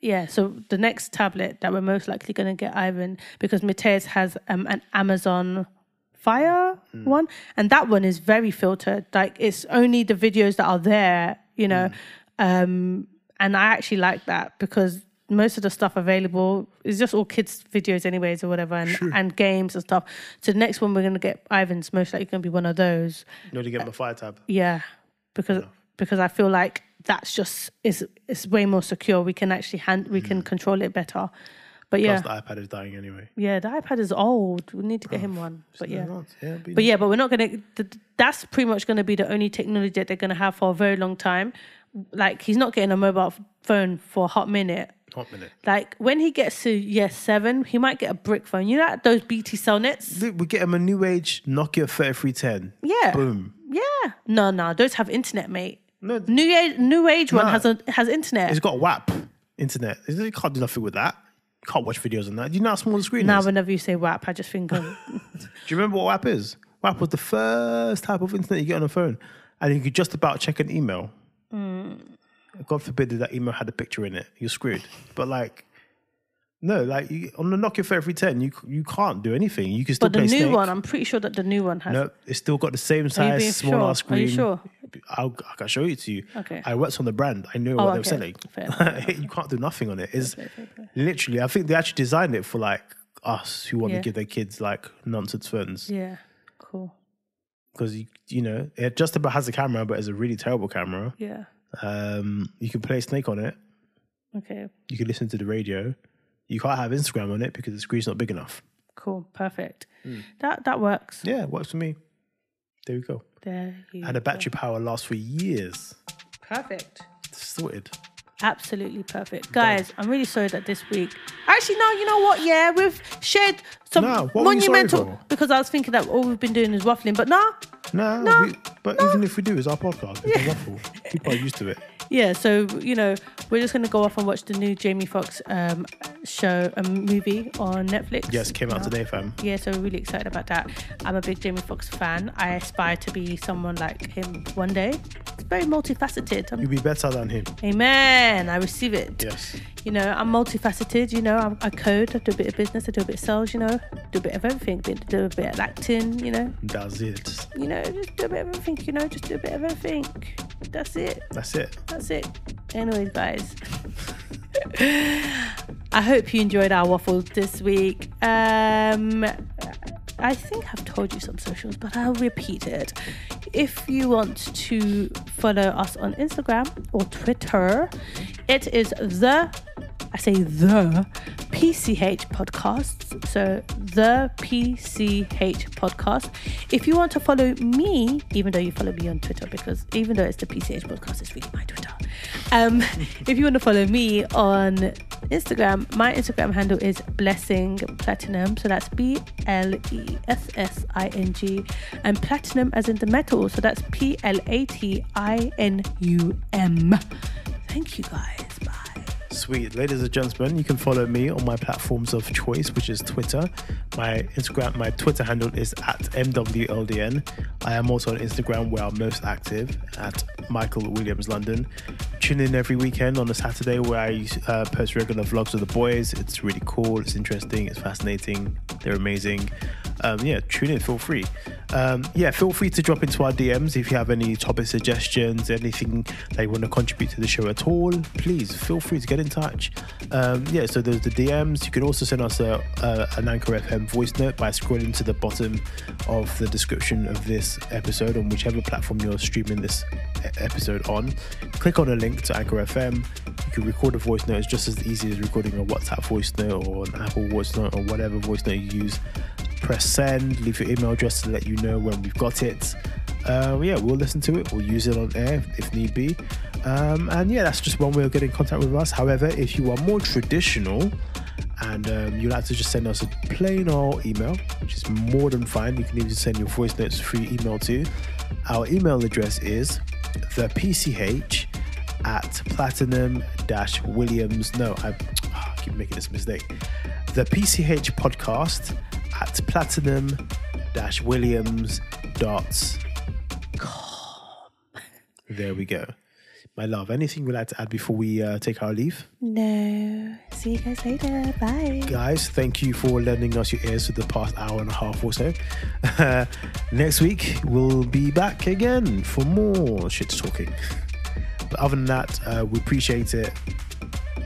yeah. So the next tablet that we're most likely going to get Ivan because Mateus has um, an Amazon Fire one, and that one is very filtered. Like it's only the videos that are there. You know. Um, and I actually like that because most of the stuff available is just all kids' videos, anyways, or whatever, and, and games and stuff. So the next one we're gonna get Ivan's most likely gonna be one of those. You know to get my fire tab. Yeah, because because I feel like that's just is it's way more secure. We can actually hand we can control it better. But yeah, Plus the iPad is dying anyway. yeah, the iPad is old. We need to get him one. But yeah. yeah be- But yeah, but we're not gonna. th- That's pretty much gonna be the only technology that they're gonna have for a very long time. Like he's not getting a mobile f- phone for a hot minute. Hot minute. Like when he gets to year seven, he might get a brick phone. You know like those BT cell nets? Dude, we get him a new age Nokia 3310. Yeah. Boom. Yeah. No, no, those have internet, mate. No, New age, new age one No. has a has internet. it's got WAP internet. You can't do nothing with that. You can't watch videos on that. Do you know how small the screen now, is? whenever you say WAP, I just think of Do you remember what WAP is? WAP was the first type of internet you get on a phone, and you could just about check an email. Hmm. God forbid that that email had a picture in it. You're screwed. But like, no, like you, on the Nokia 3310, you c- you can't do anything. You can still But the play new Snake. one, I'm pretty sure that the new one has. No, it's still got the same Are you size, being smaller sure? screen. Are you sure? I'll, I can show it to you. Okay. Oh, I worked on the brand. I know what okay. they're selling. Fair enough, you can't do nothing on it. It's literally. I think they actually designed it for like us who want Yeah. to give their kids like nonsense phones Yeah, cool. because you you know it just about has a camera, but it's a really terrible camera. Yeah. Um, you can play Snake on it. Okay. You can listen to the radio. You can't have Instagram on it because the screen's not big enough. Cool. Perfect. That that works. Hmm. Yeah, it works for me. There we go. There you. And the battery power lasts for years. Perfect. Sorted. Absolutely perfect, guys. I'm really sorry that this week. Actually, no. You know what? Yeah, we've shared some No, what were you sorry monumental. for? Because I was thinking that all we've been doing is waffling, but nah. No, No, we, but even if we do, it's our podcast. It's a waffle. People are used to it. Yeah. So you know, we're just gonna go off and watch the new Jamie Foxx um, show, a movie on Netflix. Yes, came out No. today, fam. Yeah, so we're really excited about that. I'm a big Jamie Foxx fan. I aspire to be someone like him one day. It's very multifaceted. I'm- You'll be better than him. amen. I receive it. Yes. You know, I'm multifaceted. You know, I, I code. I do a bit of business. I do a bit of sales. You know, do a bit of everything. Bit- Do a bit of acting. You know, That's it. you know, just do a bit of everything. You know, just do a bit of everything. That's it. That's it. That's it. Anyways, guys. I hope you enjoyed our waffles this week. Um, I think I've told you some socials, but I'll repeat it. If you want to follow us on Instagram or Twitter, it is the I say the PCH podcasts. So the PCH podcast. If you want to follow me, even though you follow me on Twitter, because even though it's the PCH podcast, it's really my Twitter. Um, if you want to follow me on Instagram. My Instagram handle is blessing platinum. So that's B L E S S I N G, and platinum as in the metal. So that's P L A T I N U M. Thank you guys. Bye. Sweet. Ladies and gentlemen, you can follow me on my platforms of choice, which is Twitter. My Instagram, my Twitter handle is at MWLDN. I am also on Instagram where I'm most active at Michael Williams London. Tune in every weekend on a Saturday where I uh, post regular vlogs of the boys. It's really cool, it's interesting, it's fascinating, they're amazing. Um, yeah, tune in, feel free. Um, yeah, feel free to drop into our DMs if you have any topic suggestions, anything that you want to contribute to the show at all. Please feel free to get in touch. Um, yeah, so there's the DMs. You can also send us a, a, an Anchor FM voice note by scrolling to the bottom of the description of this episode on whichever platform you're streaming this e- episode on. Click on a link to Anchor FM. You can record a voice note. It's just as easy as recording a WhatsApp voice note or an Apple voice note or whatever voice note you use press send, leave your email address to let you know when we've got it. Uh, yeah, we'll listen to it, we'll use it on air if, if need be. Um, and yeah, that's just one way of getting in contact with us. However, if you are more traditional and um, you like to just send us a plain old email, which is more than fine, you can even send your voice notes through email too. Our email address is the PCH at platinum dash williams no I, oh, I keep making this mistake the pch podcast at platinum dash williams dot there we go my love anything we'd like to add before we uh, take our leave No. See you guys later. Bye. guys thank you for lending us your ears for the past hour and a half or so next week we'll be back again for more shit talking but other than that uh, we appreciate it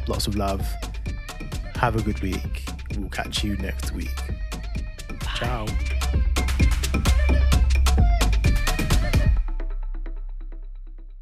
lots of love have a good week we'll catch you next week ciao